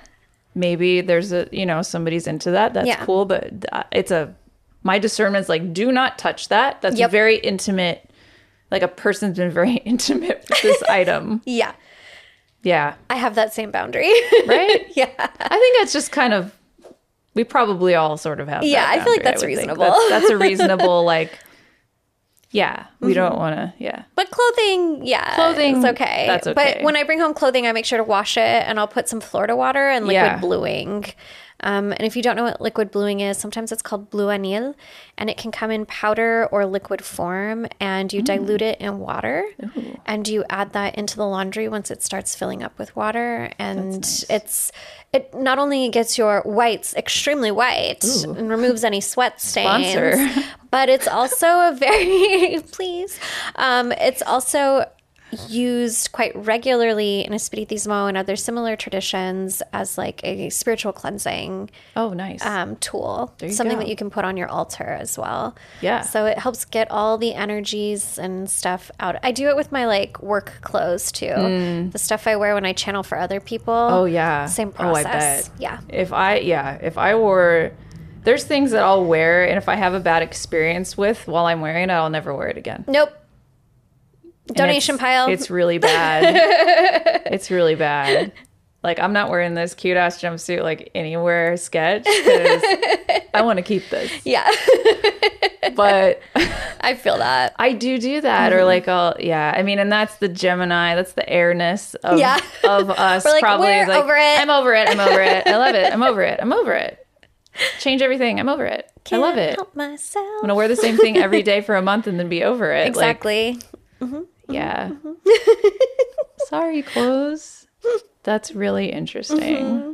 Speaker 1: Maybe there's a you know somebody's into that. That's
Speaker 2: Yeah.
Speaker 1: cool, but uh, it's a my discernment's like do not touch that. That's
Speaker 2: Yep.
Speaker 1: very intimate. Like a person's been very intimate with this item.
Speaker 2: Yeah,
Speaker 1: Yeah,
Speaker 2: I have that same boundary.
Speaker 1: right.
Speaker 2: yeah,
Speaker 1: I think that's just kind of we probably all sort of have.
Speaker 2: Yeah,
Speaker 1: that
Speaker 2: I feel
Speaker 1: boundary,
Speaker 2: like that's
Speaker 1: would think.
Speaker 2: reasonable.
Speaker 1: That's, that's a reasonable like. Yeah, we
Speaker 2: Mm-hmm.
Speaker 1: don't want to. Yeah,
Speaker 2: but clothing, yeah,
Speaker 1: Clothing,
Speaker 2: it's okay.
Speaker 1: that's okay.
Speaker 2: But when I bring home clothing, I make sure to wash it, and I'll put some Florida water and liquid
Speaker 1: Yeah.
Speaker 2: bluing. Um, and if you don't know what liquid bluing is, sometimes it's called blue anil, and it can come in powder or liquid form. And
Speaker 1: Mm.
Speaker 2: you dilute it in water, and you add that into the laundry once it starts filling up with water. And it's it not only gets your whites extremely white and removes any sweat stains,
Speaker 1: Sponsor.
Speaker 2: but it's also a very please. Um, it's also used quite regularly in Espiritismo and other similar traditions as like a spiritual cleansing
Speaker 1: Oh, nice.
Speaker 2: um, tool,
Speaker 1: you
Speaker 2: something
Speaker 1: go.
Speaker 2: that you can put on your altar as well.
Speaker 1: Yeah.
Speaker 2: So it helps get all the energies and stuff out. I do it with my like work clothes too, the stuff I wear when I channel for other people.
Speaker 1: Mm. oh yeah.
Speaker 2: Same
Speaker 1: Oh, I bet.
Speaker 2: process. Yeah.
Speaker 1: If I yeah, if I wore there's things that I'll wear and if I have a bad experience with while I'm wearing it, I'll never wear it again.
Speaker 2: Nope.
Speaker 1: And
Speaker 2: Donation
Speaker 1: it's-
Speaker 2: pile.
Speaker 1: It's really bad. it's really bad. Like I'm not wearing this cute ass jumpsuit like anywhere sketch 'cause I want to keep this.
Speaker 2: yeah.
Speaker 1: But
Speaker 2: I feel that.
Speaker 1: I do do that
Speaker 2: Mm-hmm.
Speaker 1: or like I'll yeah. I mean, and that's the Gemini. That's the airness of
Speaker 2: Yeah.
Speaker 1: of us.
Speaker 2: We're like,
Speaker 1: probably
Speaker 2: "We're
Speaker 1: like
Speaker 2: over it."
Speaker 1: I'm over it. I'm over it. I love it. I'm over it. I'm over it. Change everything. I'm over it. I love
Speaker 2: Can't
Speaker 1: it. I'm
Speaker 2: Help myself.
Speaker 1: gonna wear the same thing every day for a month and then be over it. Like,
Speaker 2: Exactly. Mm-hmm.
Speaker 1: yeah. Sorry, clothes. That's really interesting.
Speaker 2: Mm-hmm.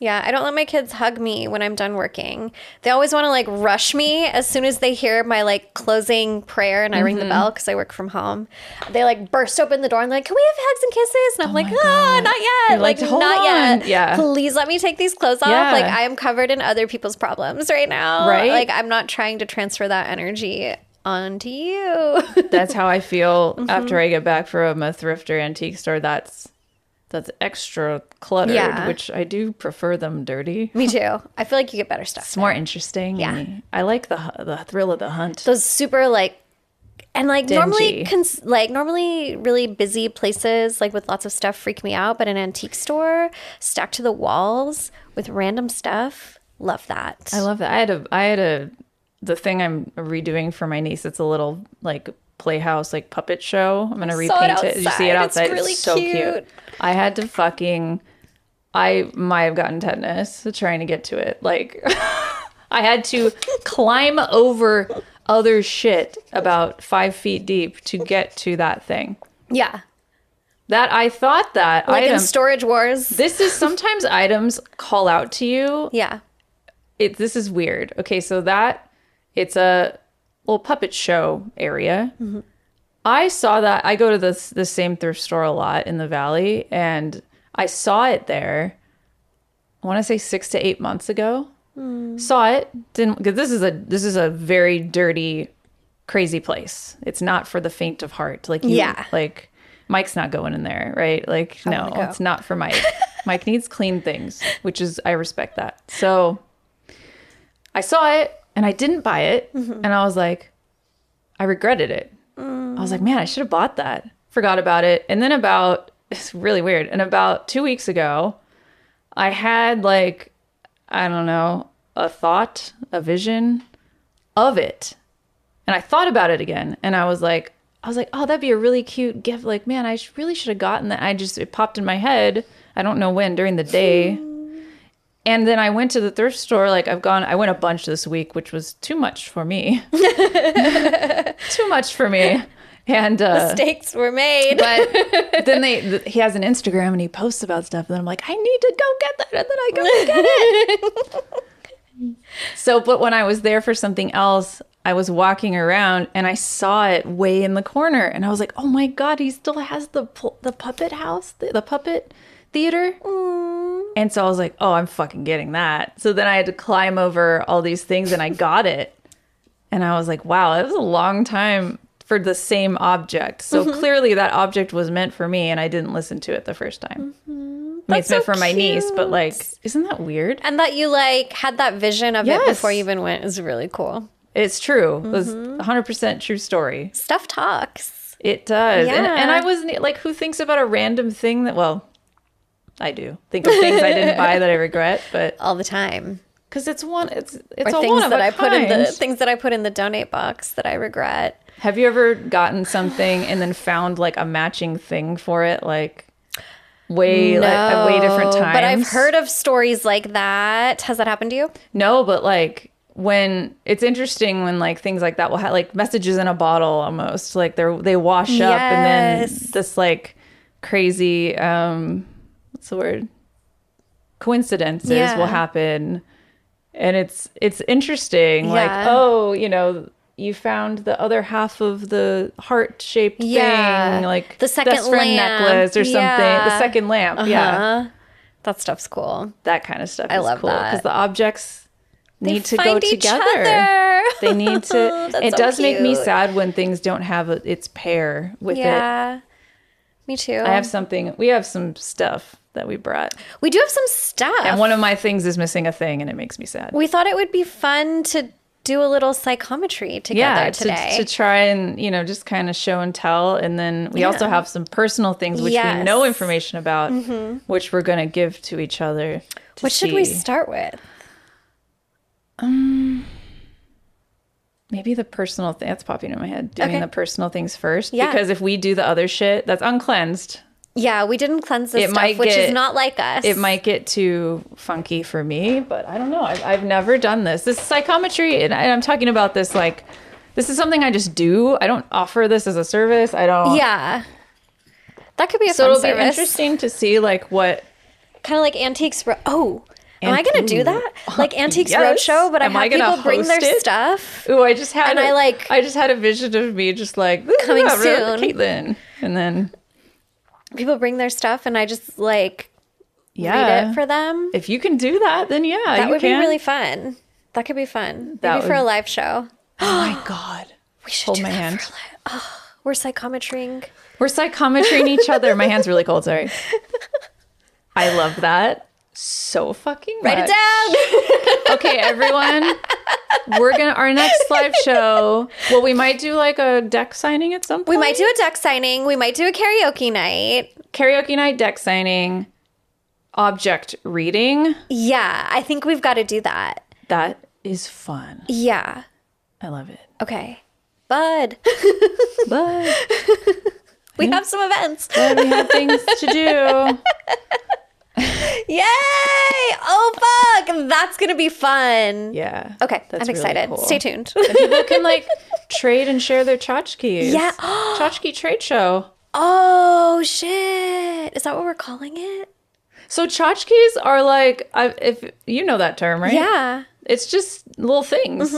Speaker 2: Yeah, I don't let my kids hug me when I'm done working. They always want to like rush me as soon as they hear my like closing prayer and I
Speaker 1: Mm-hmm.
Speaker 2: ring the bell because I work from home. They like burst open the door and like, can we have hugs and kisses? And I'm like, ah, not yet.
Speaker 1: Oh You're
Speaker 2: like,
Speaker 1: like, "Hold
Speaker 2: not
Speaker 1: on."
Speaker 2: yet.
Speaker 1: Yeah.
Speaker 2: Please let me take these clothes off.
Speaker 1: Yeah.
Speaker 2: Like, I am covered in other people's problems right now.
Speaker 1: Right.
Speaker 2: Like, I'm not trying to transfer that energy onto you.
Speaker 1: That's how I feel
Speaker 2: Mm-hmm.
Speaker 1: after I get back from a thrift or antique store. That's that's extra cluttered,
Speaker 2: Yeah.
Speaker 1: which I do prefer them dirty.
Speaker 2: me too. I feel like you get better stuff.
Speaker 1: It's more interesting.
Speaker 2: Yeah.
Speaker 1: I like the hu- the thrill of the hunt.
Speaker 2: those super like and like normally
Speaker 1: Dingy.
Speaker 2: cons- like normally really busy places like with lots of stuff freak me out but an antique store stacked to the walls with random stuff love that
Speaker 1: I love that. I had a I had a the thing I'm redoing for my niece. It's a little like playhouse like puppet show. I'm gonna
Speaker 2: saw it
Speaker 1: repaint it. Did you see it outside?
Speaker 2: outside. It's really
Speaker 1: so cute.
Speaker 2: cute.
Speaker 1: I had to fucking. I might have gotten tetanus trying to get to it. Like, I had to climb over other shit about five feet deep to get to that thing.
Speaker 2: yeah
Speaker 1: That I thought that
Speaker 2: like
Speaker 1: item.
Speaker 2: in storage wars
Speaker 1: this is sometimes items call out to you
Speaker 2: yeah
Speaker 1: it this is weird. Okay, so that it's a little puppet show area. I saw that I go to this the same thrift store a lot in the valley and I saw it there. I want to say 6 to 8 months ago.
Speaker 2: Hmm.
Speaker 1: Saw it, didn't cuz this is a this is a very dirty crazy place. It's not for the faint of heart. Like you,
Speaker 2: Yeah.
Speaker 1: like Mike's not going in there, right? Like no,
Speaker 2: wanna go.
Speaker 1: it's not for Mike. Mike needs clean things, which is I respect that. So I saw it and I didn't buy it.
Speaker 2: Mm-hmm.
Speaker 1: And I was like, I regretted it. I was like, man, I should have bought that. Forgot about it. And then about, it's really weird. And about two weeks ago, I had like, I don't know, a thought, a vision of it. And I thought about it again. And I was like, I was like, oh, that'd be a really cute gift. Like, man, I sh- really should have gotten that. I just, it popped in my head. I don't know when during the day. And then I went to the thrift store. Like I've gone, I went a bunch this week, which was too much for me. too much for me. And uh,
Speaker 2: stakes were made
Speaker 1: but then they, th- he has an Instagram and he posts about stuff. And then I'm like, I need to go get that. And then I go get it. so, but when I was there for something else, I was walking around and I saw it way in the corner. And I was like, oh my God, he still has the, pu- the puppet house, the, the puppet theater. And so I was like, oh, I'm fucking getting that. So then I had to climb over all these things and I got it. And I was like, wow, it was a long time for the same object. So clearly that object was meant for me and I didn't listen to it the first time. I mean, it's
Speaker 2: so
Speaker 1: meant for my niece, but like, isn't that weird?
Speaker 2: and that you like had that vision of it
Speaker 1: Yes.
Speaker 2: before you even went is really cool
Speaker 1: It's true. It was 100% true story.
Speaker 2: stuff talks
Speaker 1: It does. And,
Speaker 2: Yeah.
Speaker 1: and I wasn't like, who thinks about a random thing that, well, I do think of things I didn't buy that I regret, but
Speaker 2: all the time
Speaker 1: because it's one, it's
Speaker 2: or
Speaker 1: it's a
Speaker 2: things
Speaker 1: one of
Speaker 2: that
Speaker 1: a
Speaker 2: I put in the
Speaker 1: kind.
Speaker 2: things that I put in the donate box that I regret
Speaker 1: Have you ever gotten something and then found like a matching thing for it, like way like at way different
Speaker 2: No,
Speaker 1: times?
Speaker 2: Oh, But I've heard of stories like that. Has that happened to you?
Speaker 1: no, but like when it's interesting when like things like that will have like messages in a bottle almost like they're they wash up and
Speaker 2: Yes.
Speaker 1: then this like crazy um what's the word coincidences
Speaker 2: Yeah.
Speaker 1: will happen and it's it's interesting like
Speaker 2: Yeah.
Speaker 1: oh you know you found the other half of the heart shaped
Speaker 2: Yeah.
Speaker 1: thing, like
Speaker 2: The second
Speaker 1: best friend
Speaker 2: lamp.
Speaker 1: necklace or something.
Speaker 2: Yeah.
Speaker 1: The second lamp, yeah,
Speaker 2: Uh-huh. That stuff's cool.
Speaker 1: that kind of stuff.
Speaker 2: I
Speaker 1: is
Speaker 2: love
Speaker 1: cool
Speaker 2: that.
Speaker 1: because the objects
Speaker 2: They
Speaker 1: need to go
Speaker 2: find each
Speaker 1: together.
Speaker 2: other.
Speaker 1: They need to.
Speaker 2: That's
Speaker 1: it
Speaker 2: so
Speaker 1: does make me
Speaker 2: cute.
Speaker 1: sad when things don't have a, its pair with it.
Speaker 2: Yeah. Me too.
Speaker 1: I have something. We have some stuff that we brought,
Speaker 2: we do have some stuff.
Speaker 1: and one of my things is missing a thing, and it makes me sad.
Speaker 2: we thought it would be fun to do a little psychometry together
Speaker 1: yeah, to,
Speaker 2: today.
Speaker 1: to try and you know just kind of show and tell, and then we also have some personal things which we
Speaker 2: Yes. Mm-hmm.
Speaker 1: know information about, which we're gonna give to each other. to
Speaker 2: what should we
Speaker 1: see.
Speaker 2: start with?
Speaker 1: Maybe the personal thing that's popping in my head. Doing
Speaker 2: Okay.
Speaker 1: the personal things first,
Speaker 2: Yeah.
Speaker 1: because if we do the other shit that's uncleansed,
Speaker 2: Yeah, we didn't cleanse this
Speaker 1: It
Speaker 2: stuff,
Speaker 1: might
Speaker 2: which is
Speaker 1: get-
Speaker 2: not like us.
Speaker 1: it might get too funky for me, but I don't know. I've, I've never done this. This psychometry, and I, I'm talking about this like, this is something I just do. I don't offer this as a service. I don't.
Speaker 2: Yeah. That could be a
Speaker 1: So
Speaker 2: fun
Speaker 1: it'll be
Speaker 2: service.
Speaker 1: interesting to see like what.
Speaker 2: Kind of like Antiques Ro- Oh, am I
Speaker 1: Ant-
Speaker 2: going to
Speaker 1: Ooh.
Speaker 2: do that? Like Antiques
Speaker 1: Yes.
Speaker 2: Roadshow, but I
Speaker 1: Am
Speaker 2: have
Speaker 1: I gonna
Speaker 2: people bring their
Speaker 1: host it?
Speaker 2: stuff.
Speaker 1: Ooh, I just had.
Speaker 2: And
Speaker 1: a-
Speaker 2: I, like-
Speaker 1: I just had a vision of me just like "Ooh,
Speaker 2: Coming
Speaker 1: I wrote
Speaker 2: soon."
Speaker 1: Caitlin, and then
Speaker 2: People bring their stuff, and I just like
Speaker 1: yeah.
Speaker 2: read it for them.
Speaker 1: if you can do that, then yeah,
Speaker 2: that
Speaker 1: you
Speaker 2: would
Speaker 1: can.
Speaker 2: be really fun. That could be fun.
Speaker 1: That
Speaker 2: Maybe for a
Speaker 1: would-
Speaker 2: live show.
Speaker 1: oh my god.
Speaker 2: We should
Speaker 1: Hold
Speaker 2: do
Speaker 1: my
Speaker 2: that
Speaker 1: hand.
Speaker 2: for a live. Oh, we're psychometrying.
Speaker 1: We're psychometrying each other. My hand's really cold. Sorry. I love that so fucking much.
Speaker 2: Write it down.
Speaker 1: okay, everyone. We're gonna our next live show. Well, we might do like a deck signing at some point.
Speaker 2: We might do a deck signing. We might do a karaoke night.
Speaker 1: karaoke night, deck signing, object reading.
Speaker 2: Yeah, I think we've got to do that.
Speaker 1: That is fun.
Speaker 2: Yeah.
Speaker 1: I love it.
Speaker 2: Okay. Bud,
Speaker 1: But
Speaker 2: we have some events.
Speaker 1: we have things to do.
Speaker 2: Yay! Oh fuck, that's gonna be fun.
Speaker 1: Yeah.
Speaker 2: Okay,
Speaker 1: that's
Speaker 2: I'm
Speaker 1: really
Speaker 2: excited.
Speaker 1: cool.
Speaker 2: Stay tuned.
Speaker 1: People can like trade and share their tchotchkes.
Speaker 2: Yeah.
Speaker 1: Tchotchke trade show.
Speaker 2: oh shit, is that what we're calling it?
Speaker 1: So tchotchkes are like, I, if you know that term, right?
Speaker 2: Yeah. Mm-hmm.
Speaker 1: It's just little things.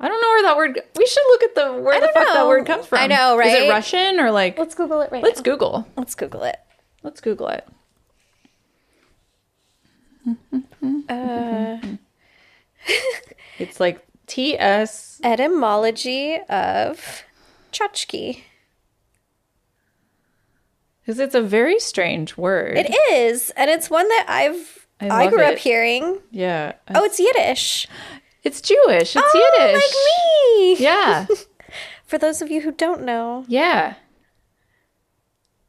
Speaker 1: I don't know where that word. We should look at the where the
Speaker 2: don't
Speaker 1: fuck
Speaker 2: know.
Speaker 1: that word comes from.
Speaker 2: I know,
Speaker 1: Is
Speaker 2: right?
Speaker 1: it Russian or like? Let's,
Speaker 2: Let's Google it right now.
Speaker 1: Google.
Speaker 2: Let's Google it.
Speaker 1: Let's Google it.
Speaker 2: Uh.
Speaker 1: it's like T S.
Speaker 2: Etymology of tchotchke.
Speaker 1: Because it's a very strange word.
Speaker 2: It is, and it's one that I've
Speaker 1: I
Speaker 2: I,
Speaker 1: love
Speaker 2: grew up
Speaker 1: it.
Speaker 2: hearing.
Speaker 1: yeah.
Speaker 2: Oh, it's Yiddish.
Speaker 1: It's Jewish. It's Yiddish.
Speaker 2: Oh, like me.
Speaker 1: Yeah.
Speaker 2: For those of you who don't know,
Speaker 1: Yeah.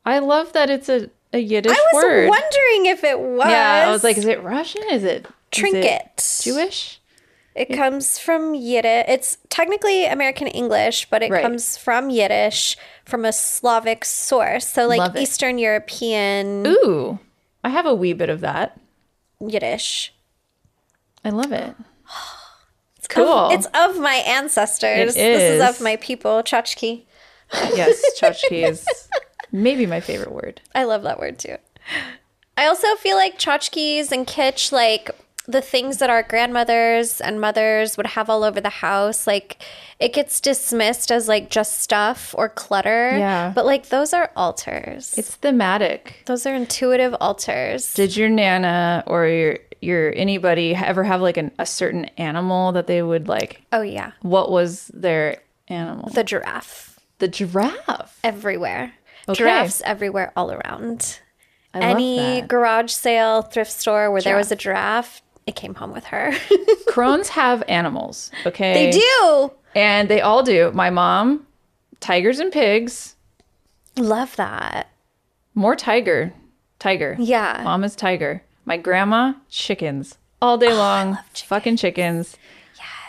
Speaker 1: I love that it's a, a Yiddish
Speaker 2: I was
Speaker 1: word.
Speaker 2: wondering if it was.
Speaker 1: Yeah, I was like, is it Russian? Is it is it
Speaker 2: trinket.
Speaker 1: Jewish?
Speaker 2: It comes from Yiddish. It's technically American English, but it
Speaker 1: Right.
Speaker 2: comes from Yiddish from a Slavic source. So,
Speaker 1: Love
Speaker 2: like
Speaker 1: it.
Speaker 2: Eastern European
Speaker 1: Ooh, I have a wee bit of that.
Speaker 2: Yiddish.
Speaker 1: I love it. It's
Speaker 2: Of-
Speaker 1: cool.
Speaker 2: it's of my
Speaker 1: It
Speaker 2: ancestors. This is
Speaker 1: is.
Speaker 2: of my people. Tchotchke.
Speaker 1: yes, tchotchke is maybe my favorite word.
Speaker 2: I love that word too. I also feel like tchotchkes and kitsch, like the things that our grandmothers and mothers would have all over the house, like it gets dismissed as like just stuff or clutter.
Speaker 1: Yeah.
Speaker 2: But like those are altars.
Speaker 1: It's thematic.
Speaker 2: Those are intuitive altars.
Speaker 1: Did your nana or your your anybody ever have like an, a certain animal that they would like?
Speaker 2: oh yeah,
Speaker 1: What was their animal?
Speaker 2: the giraffe
Speaker 1: The giraffe.
Speaker 2: everywhere.
Speaker 1: Okay.
Speaker 2: Giraffes everywhere, all around.
Speaker 1: I love
Speaker 2: Any
Speaker 1: that.
Speaker 2: garage sale, thrift store where there was a giraffe, it came home with her.
Speaker 1: Crones have animals, okay?
Speaker 2: they do
Speaker 1: And they all do. My mom, tigers and pigs,
Speaker 2: love that.
Speaker 1: more tiger. Tiger.
Speaker 2: Yeah.
Speaker 1: Mom is tiger. My grandma, chickens. All
Speaker 2: Oh,
Speaker 1: day long. Fucking chickens.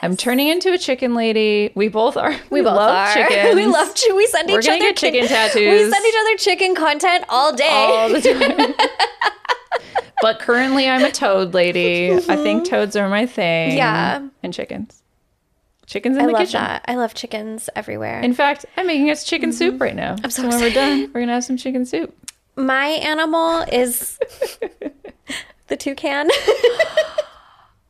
Speaker 1: I'm turning into a chicken lady. We both are. We,
Speaker 2: both
Speaker 1: love
Speaker 2: are.
Speaker 1: chickens.
Speaker 2: we love chi- we send
Speaker 1: We're
Speaker 2: each
Speaker 1: gonna
Speaker 2: other
Speaker 1: get chicken
Speaker 2: We
Speaker 1: tattoos.
Speaker 2: send each other chicken content all day.
Speaker 1: all the time. but currently, I'm a toad lady. I think toads are my thing.
Speaker 2: Yeah.
Speaker 1: And chickens. Chickens in
Speaker 2: I
Speaker 1: the
Speaker 2: love
Speaker 1: kitchen.
Speaker 2: that. I love chickens everywhere.
Speaker 1: In fact, I'm making us chicken soup right now.
Speaker 2: so
Speaker 1: when we're done, we're gonna have some chicken soup.
Speaker 2: My animal is the toucan.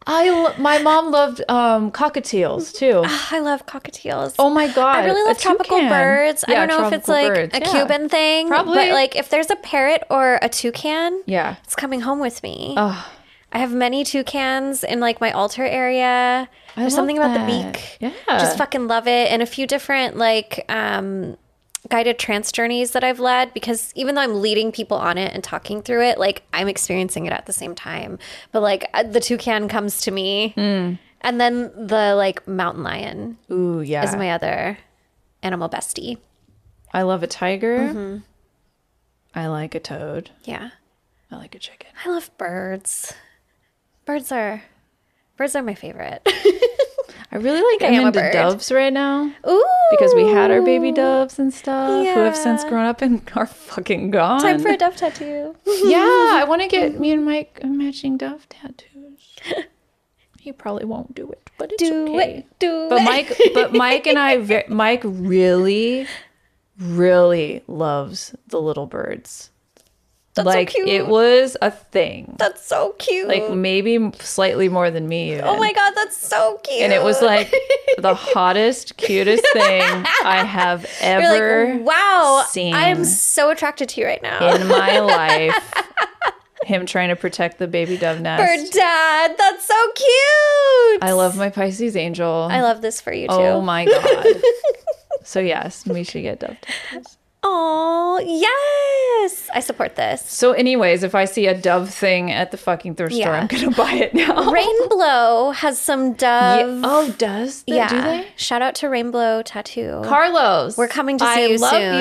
Speaker 1: I lo- my mom loved um, cockatiels too.
Speaker 2: I love cockatiels.
Speaker 1: Oh my god!
Speaker 2: Ah, I really
Speaker 1: a
Speaker 2: love tropical
Speaker 1: toucan.
Speaker 2: birds. I
Speaker 1: Yeah,
Speaker 2: don't know if it's
Speaker 1: tropical
Speaker 2: like
Speaker 1: birds.
Speaker 2: a
Speaker 1: Yeah.
Speaker 2: Cuban thing.
Speaker 1: Probably.
Speaker 2: But like if there's a parrot or a toucan,
Speaker 1: Yeah.
Speaker 2: it's coming home with me.
Speaker 1: Ugh.
Speaker 2: I have many toucans in like my altar area.
Speaker 1: love
Speaker 2: There's something about the
Speaker 1: that.
Speaker 2: beak.
Speaker 1: Yeah.
Speaker 2: Just fucking love it. And a few different like um guided trance journeys that I've led because even though I'm leading people on it and talking through it, like I'm experiencing it at the same time. But like uh, the toucan comes to me.
Speaker 1: Mm.
Speaker 2: And then the like mountain lion
Speaker 1: Ooh yeah.
Speaker 2: is my other animal bestie.
Speaker 1: I love a tiger.
Speaker 2: Mm-hmm.
Speaker 1: I like a toad.
Speaker 2: Yeah.
Speaker 1: I like a chicken.
Speaker 2: I love birds. Birds are birds are my favorite.
Speaker 1: I really like
Speaker 2: am
Speaker 1: I'm
Speaker 2: a
Speaker 1: into
Speaker 2: bird.
Speaker 1: doves right now
Speaker 2: Ooh.
Speaker 1: because we had our baby doves and stuff who have since
Speaker 2: Yeah.
Speaker 1: grown up and are fucking gone.
Speaker 2: Time for a dove tattoo.
Speaker 1: yeah, I want to get
Speaker 2: Mm-hmm.
Speaker 1: me and Mike a matching dove tattoos. He probably won't do it, but it's
Speaker 2: Do
Speaker 1: okay.
Speaker 2: it. Do
Speaker 1: But
Speaker 2: it.
Speaker 1: Mike, but Mike and I, ve- Mike really, really loves the little birds.
Speaker 2: That's so
Speaker 1: like
Speaker 2: cute.
Speaker 1: it was a thing.
Speaker 2: That's so cute.
Speaker 1: Like maybe slightly more than me.
Speaker 2: oh
Speaker 1: even.
Speaker 2: my god, that's so cute.
Speaker 1: And it was like the hottest, cutest thing I have ever
Speaker 2: You're like, wow,
Speaker 1: seen
Speaker 2: I am so attracted to you right now.
Speaker 1: in my life. Him trying to protect the baby dove
Speaker 2: Bird
Speaker 1: nest.
Speaker 2: dad, that's so cute.
Speaker 1: I love my Pisces angel.
Speaker 2: I love this for you too.
Speaker 1: oh my god. so yes, we should get dove.
Speaker 2: Oh yes, I support this.
Speaker 1: So, anyways, if I see a dove thing at the fucking thrift store,
Speaker 2: Yeah.
Speaker 1: I'm gonna buy it now.
Speaker 2: Rainblow has some
Speaker 1: Yeah.
Speaker 2: dove.
Speaker 1: Oh, does they,
Speaker 2: yeah.
Speaker 1: do they?
Speaker 2: Shout out to Rainblow Tattoo.
Speaker 1: Carlos,
Speaker 2: We're coming to see
Speaker 1: I
Speaker 2: you
Speaker 1: love
Speaker 2: soon.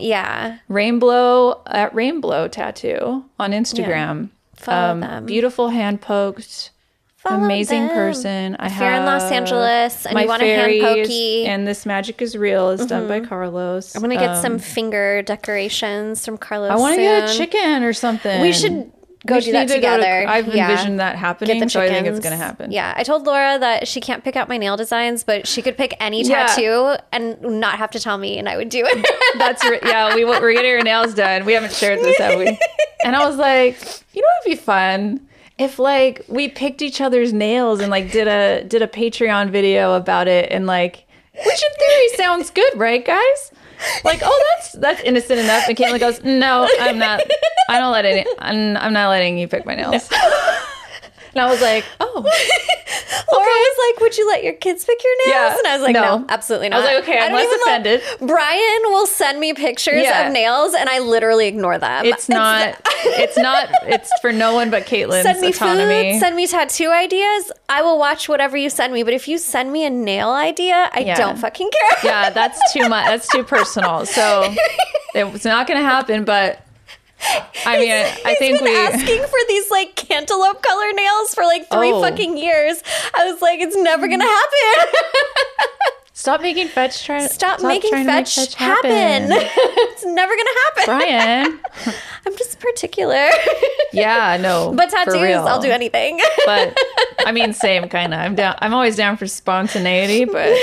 Speaker 1: you.
Speaker 2: Yeah.
Speaker 1: Rainblow at Rainblow Tattoo on Instagram. Um,
Speaker 2: Follow them.
Speaker 1: Beautiful hand poked,
Speaker 2: Follow
Speaker 1: amazing
Speaker 2: them.
Speaker 1: person. I
Speaker 2: If
Speaker 1: have
Speaker 2: you're in Los Angeles and
Speaker 1: my
Speaker 2: you want a hand
Speaker 1: fairies
Speaker 2: pokey, Mm-hmm.
Speaker 1: and this magic is real is done by Carlos.
Speaker 2: I'm gonna get some finger decorations from Carlos.
Speaker 1: Um, I want to get a
Speaker 2: soon.
Speaker 1: chicken or something.
Speaker 2: We should go
Speaker 1: We
Speaker 2: do
Speaker 1: should
Speaker 2: that
Speaker 1: need to go to-
Speaker 2: together.
Speaker 1: I've
Speaker 2: Yeah.
Speaker 1: envisioned that happening,
Speaker 2: Get the
Speaker 1: so I think it's
Speaker 2: chickens.
Speaker 1: gonna happen.
Speaker 2: Yeah, I told Laura that she can't pick out my nail designs, but she could pick any
Speaker 1: Yeah.
Speaker 2: tattoo and not have to tell me, and I would do it.
Speaker 1: That's right. Yeah, we we're getting our nails done. We haven't shared this, have we? And I was like, you know, it'd be fun if like we picked each other's nails and like did a did a Patreon video about it and like, which in theory sounds good, right, guys? Like, oh, that's that's innocent enough. And Caitlin goes, no, I'm not. I don't let any. I'm, I'm not letting you pick my nails. And I was like, oh,
Speaker 2: Laura was like, "Would you let your kids pick your nails?"
Speaker 1: Yeah.
Speaker 2: And I was like, "No,
Speaker 1: No.
Speaker 2: absolutely
Speaker 1: I
Speaker 2: not."
Speaker 1: was like, okay, I'm
Speaker 2: don't
Speaker 1: less
Speaker 2: even
Speaker 1: offended.
Speaker 2: Brian will send me pictures
Speaker 1: Yeah.
Speaker 2: of nails, and I literally ignore them.
Speaker 1: it's not. It's not. It's for no one but Caitlin's
Speaker 2: send me
Speaker 1: autonomy.
Speaker 2: food, send me tattoo ideas. I will watch whatever you send me. But if you send me a nail idea, I
Speaker 1: Yeah.
Speaker 2: don't fucking care.
Speaker 1: yeah, that's too much. That's too personal. So it's not going to happen. But I mean, I
Speaker 2: He's
Speaker 1: think
Speaker 2: been
Speaker 1: we.
Speaker 2: asking for these like cantaloupe color nails for like three
Speaker 1: Oh. Mm-hmm.
Speaker 2: fucking years. I was like, it's never gonna happen.
Speaker 1: Stop making fetch. Try,
Speaker 2: Stop, making
Speaker 1: trying to make
Speaker 2: fetch, happen. it's never gonna happen.
Speaker 1: Brian.
Speaker 2: I'm just particular.
Speaker 1: Yeah, no.
Speaker 2: but
Speaker 1: for
Speaker 2: tattoos,
Speaker 1: real.
Speaker 2: I'll do anything.
Speaker 1: But I mean, same kind of. I'm down. I'm always down for spontaneity, but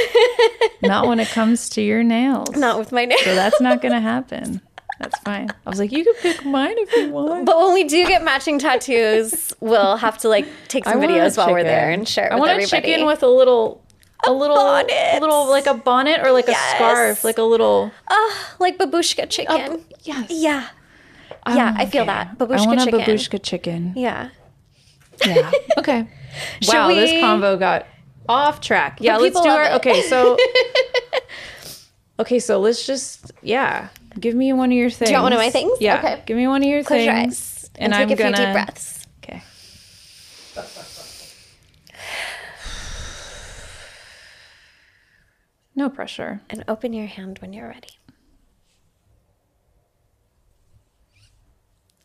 Speaker 1: not when it comes to your nails.
Speaker 2: Not with my nails.
Speaker 1: So that's not going to happen. That's fine. I was like, you can pick mine if you want.
Speaker 2: but when we do get matching tattoos, we'll have to like take some
Speaker 1: want a
Speaker 2: videos while we're there
Speaker 1: chicken.
Speaker 2: and share it
Speaker 1: I
Speaker 2: with
Speaker 1: want
Speaker 2: everybody.
Speaker 1: a chicken with a little, a, little,
Speaker 2: bonnet.
Speaker 1: little like a bonnet or like
Speaker 2: Yes.
Speaker 1: a scarf, like a little.
Speaker 2: Ah, like babushka chicken.
Speaker 1: Yes.
Speaker 2: yeah. yeah, I feel that. Babushka
Speaker 1: I want
Speaker 2: chicken.
Speaker 1: a babushka chicken.
Speaker 2: Yeah.
Speaker 1: Yeah. okay. wow,
Speaker 2: we-
Speaker 1: this combo got off track. Yeah, let's
Speaker 2: people
Speaker 1: do
Speaker 2: love
Speaker 1: our.
Speaker 2: it.
Speaker 1: Okay, so. okay, so let's just yeah. Give me one of your things. Do
Speaker 2: you want one of my things?
Speaker 1: Yeah.
Speaker 2: Okay.
Speaker 1: Give me one of your
Speaker 2: Close
Speaker 1: things.
Speaker 2: your eyes and,
Speaker 1: I'm
Speaker 2: take a
Speaker 1: gonna
Speaker 2: few deep breaths.
Speaker 1: Okay. No pressure.
Speaker 2: and open your hand when you're ready.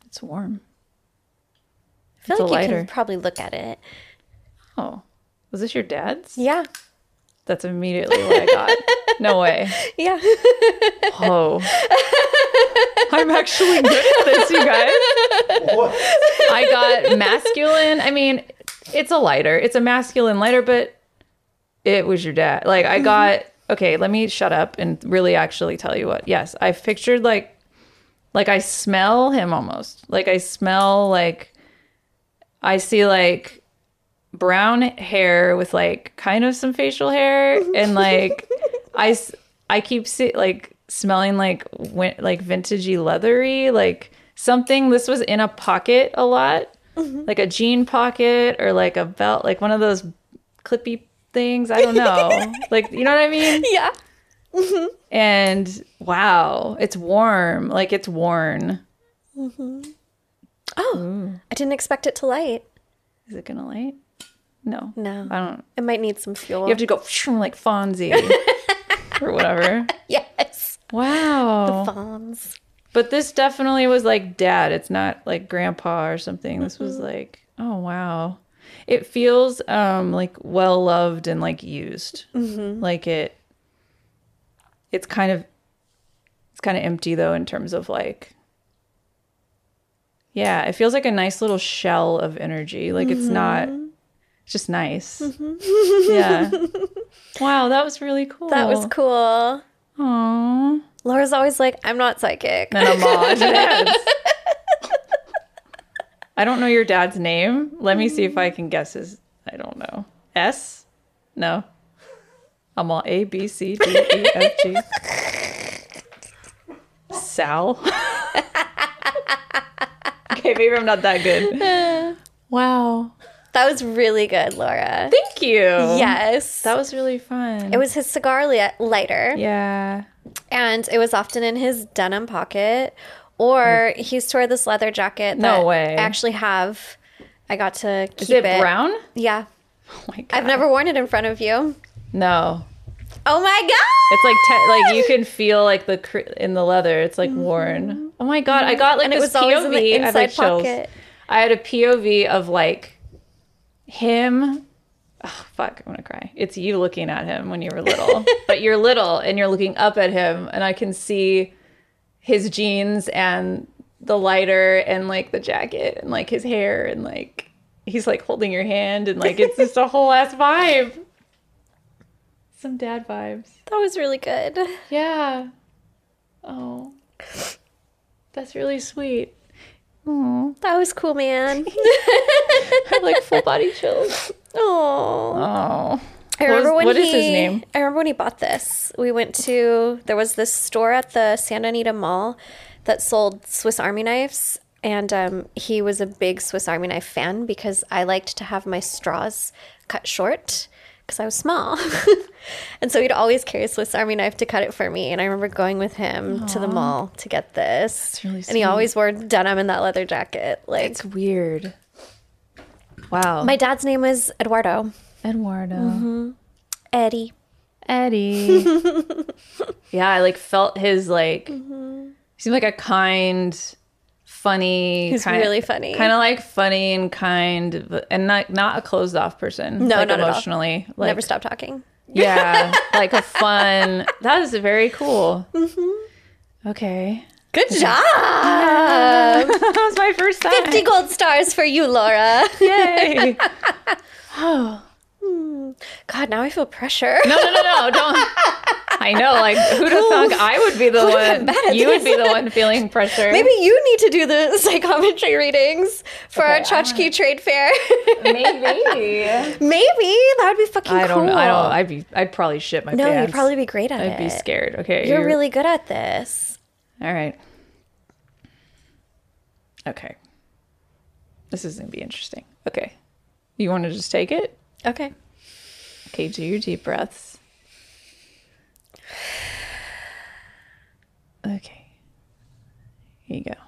Speaker 1: It's warm.
Speaker 2: I feel
Speaker 1: It's a
Speaker 2: like you
Speaker 1: lighter.
Speaker 2: can probably look at it.
Speaker 1: Oh, was this your dad's?
Speaker 2: Yeah.
Speaker 1: That's immediately what I got. No way.
Speaker 2: Yeah.
Speaker 1: Oh. I'm actually good at this, you guys. I got masculine. I mean, it's a lighter. It's a masculine lighter, but it was your dad. Like, I got, okay, let me shut up and really actually tell you what. Yes, I pictured like, like I smell him almost. Like, I smell like, I see like brown hair with like kind of some facial hair and like I s- I keep see, like smelling like win- like vintagey leathery like something this was in a pocket a lot like a jean pocket or like a belt like one of those clippy things I don't know like you know what I mean
Speaker 2: Yeah.
Speaker 1: and wow it's warm like it's worn
Speaker 2: Oh,
Speaker 1: Mm.
Speaker 2: I didn't expect it to light.
Speaker 1: is it gonna light no
Speaker 2: No.
Speaker 1: I don't
Speaker 2: It might need some fuel.
Speaker 1: You have to go like Fonzie or whatever.
Speaker 2: yes.
Speaker 1: Wow.
Speaker 2: Bombs.
Speaker 1: but this definitely was like dad. It's not like grandpa or something. This was
Speaker 2: Mm-hmm.
Speaker 1: like, oh wow. It feels um like well loved and like used.
Speaker 2: Mm-hmm.
Speaker 1: Like it it's kind of it's kind of empty though in terms of like yeah, it feels like a nice little shell of energy. Like
Speaker 2: Mm-hmm.
Speaker 1: it's not it's just nice. yeah. Wow, that was really cool.
Speaker 2: That was cool.
Speaker 1: Aww.
Speaker 2: Laura's always like, I'm not psychic.
Speaker 1: and a mod. I don't know your dad's name. Let me see if I can guess his. I don't know. S? No. I'm all A, B, C, D, E, F, G. Sal? okay, maybe I'm not that good. Wow.
Speaker 2: That was really good, Laura.
Speaker 1: Thank you. Yeah.
Speaker 2: yes.
Speaker 1: That was really fun.
Speaker 2: it was his cigar li- lighter,
Speaker 1: Yeah.
Speaker 2: and it was often in his denim pocket, or he used to wear this leather jacket
Speaker 1: Hmm. No
Speaker 2: that
Speaker 1: way.
Speaker 2: I actually have. I got to keep
Speaker 1: Is it, brown?
Speaker 2: Yeah.
Speaker 1: Oh my God.
Speaker 2: I've never worn it in front of you.
Speaker 1: No.
Speaker 2: Oh my god!
Speaker 1: It's like te- like you can feel like the cr- in the leather. It's like worn. Oh my god! I got like
Speaker 2: Mm-hmm. And it
Speaker 1: this
Speaker 2: was always in the
Speaker 1: POV. I had, like,
Speaker 2: inside
Speaker 1: chills.
Speaker 2: pocket.
Speaker 1: I had a POV of like him. Oh, fuck! I'm gonna cry. It's you looking at him when you were little, but you're little and you're looking up at him, and I can see his jeans and the lighter and like the jacket and like his hair and like he's like holding your hand and like it's just a whole ass vibe. Some dad vibes.
Speaker 2: That was really good.
Speaker 1: Yeah. Oh. That's really sweet.
Speaker 2: That was cool, man.
Speaker 1: I have, like full body chills.
Speaker 2: Oh.
Speaker 1: Oh.
Speaker 2: I
Speaker 1: What
Speaker 2: remember
Speaker 1: was-
Speaker 2: when
Speaker 1: what
Speaker 2: he,
Speaker 1: is his name?
Speaker 2: I remember when he bought this. We went to there was this store at the Santa Anita Mall that sold Swiss Army knives, and um, he was a big Swiss Army knife fan because I liked to have my straws cut short because I was small, and so he'd always carry a Swiss Army knife to cut it for me. And I remember going with him to the mall to get this,
Speaker 1: really
Speaker 2: and he
Speaker 1: sweet.
Speaker 2: always wore denim in that leather jacket. Like
Speaker 1: It's weird. Wow.
Speaker 2: my dad's name was Eduardo,
Speaker 1: Eduardo.
Speaker 2: Eddie.
Speaker 1: Eddie. yeah, I like felt his like Mm-hmm. seemed like a kind funny
Speaker 2: He's really funny.
Speaker 1: kind of like funny and kind but- and not not a closed off person
Speaker 2: No,
Speaker 1: like
Speaker 2: not at all.
Speaker 1: emotionally like
Speaker 2: Never stop talking.
Speaker 1: yeah like a fun that is very cool okay
Speaker 2: Good job.
Speaker 1: that was my first time
Speaker 2: 50 gold stars for you, Laura.
Speaker 1: Yay.
Speaker 2: God, now I feel pressure.
Speaker 1: No, no, no, no, don't. I know, like, who'd have thought I would be the one? You would be the one feeling pressure.
Speaker 2: Maybe you need to do the psychometry readings for our
Speaker 1: Okay, I
Speaker 2: tchotchke trade fair.
Speaker 1: Maybe.
Speaker 2: Maybe. That would be fucking
Speaker 1: I don't
Speaker 2: cool.
Speaker 1: I don't. I'd be. I'd probably shit my
Speaker 2: no,
Speaker 1: pants.
Speaker 2: you'd probably be great at
Speaker 1: I'd
Speaker 2: it.
Speaker 1: be scared. Okay.
Speaker 2: You're really good at this.
Speaker 1: All right. Okay. This is gonna be interesting. Okay. You want to just take it?
Speaker 2: Okay.
Speaker 1: Okay. Do your deep breaths. Okay. Here you go.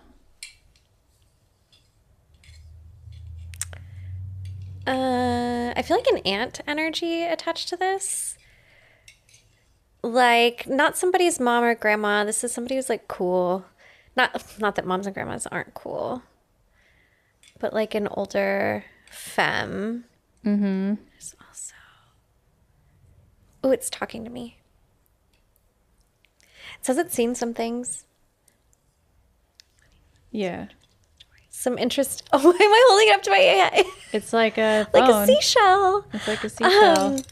Speaker 2: Uh, I feel like an ant energy attached to this. Like not somebody's mom or grandma. This is somebody who's like cool. Not not that moms and grandmas aren't cool, but like an older femme. Mm-hmm. There's also. Oh, it's talking to me. It says it's seen some things.
Speaker 1: Yeah.
Speaker 2: Some interest. Oh, why am I holding it up to my eye?
Speaker 1: It's like a
Speaker 2: like
Speaker 1: phone.
Speaker 2: a seashell.
Speaker 1: It's like a seashell.
Speaker 2: Um,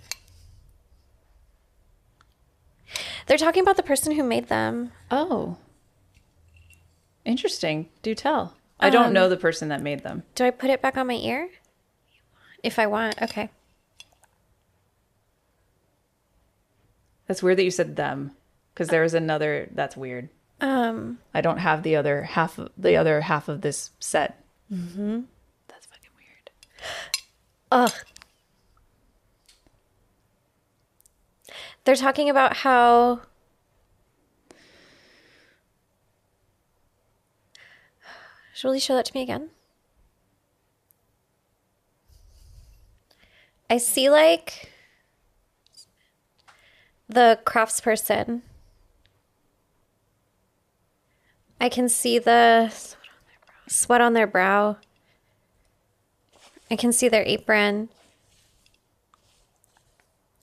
Speaker 2: They're talking about the person who made them.
Speaker 1: oh, Um, interesting. Do tell. I don't know the person that made them.
Speaker 2: Do I put it back on my ear? If I want, okay.
Speaker 1: That's weird that you said them because there is another. That's weird.
Speaker 2: Um,
Speaker 1: I don't have the other half of the other half of this set. Mm-hmm. That's fucking weird.
Speaker 2: ugh. They're talking about how. Will you show that to me again? I see like the craftsperson. I can see the sweat on their brow. I can see their apron.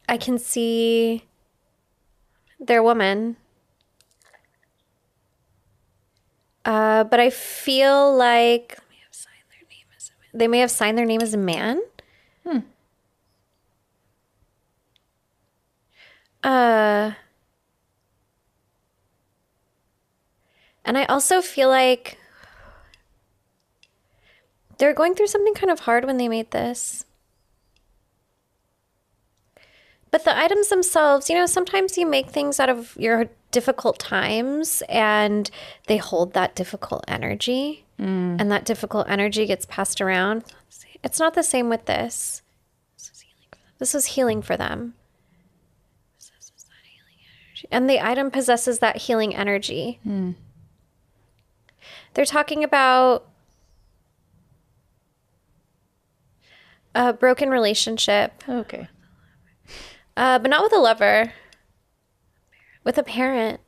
Speaker 2: I can see their woman. Uh, but I feel like they may have signed their name as a man. They may have signed their name as a man. Uh, and I also feel like they're going through something kind of hard when they made this. But the items themselves, you know, sometimes you make things out of your difficult times and they hold that difficult energy. And that difficult energy gets passed around. It's not the same with this. This is healing for them. And the item possesses that healing energy. They're talking about a broken relationship,
Speaker 1: Okay.
Speaker 2: uh, but not with a lover, with a parent.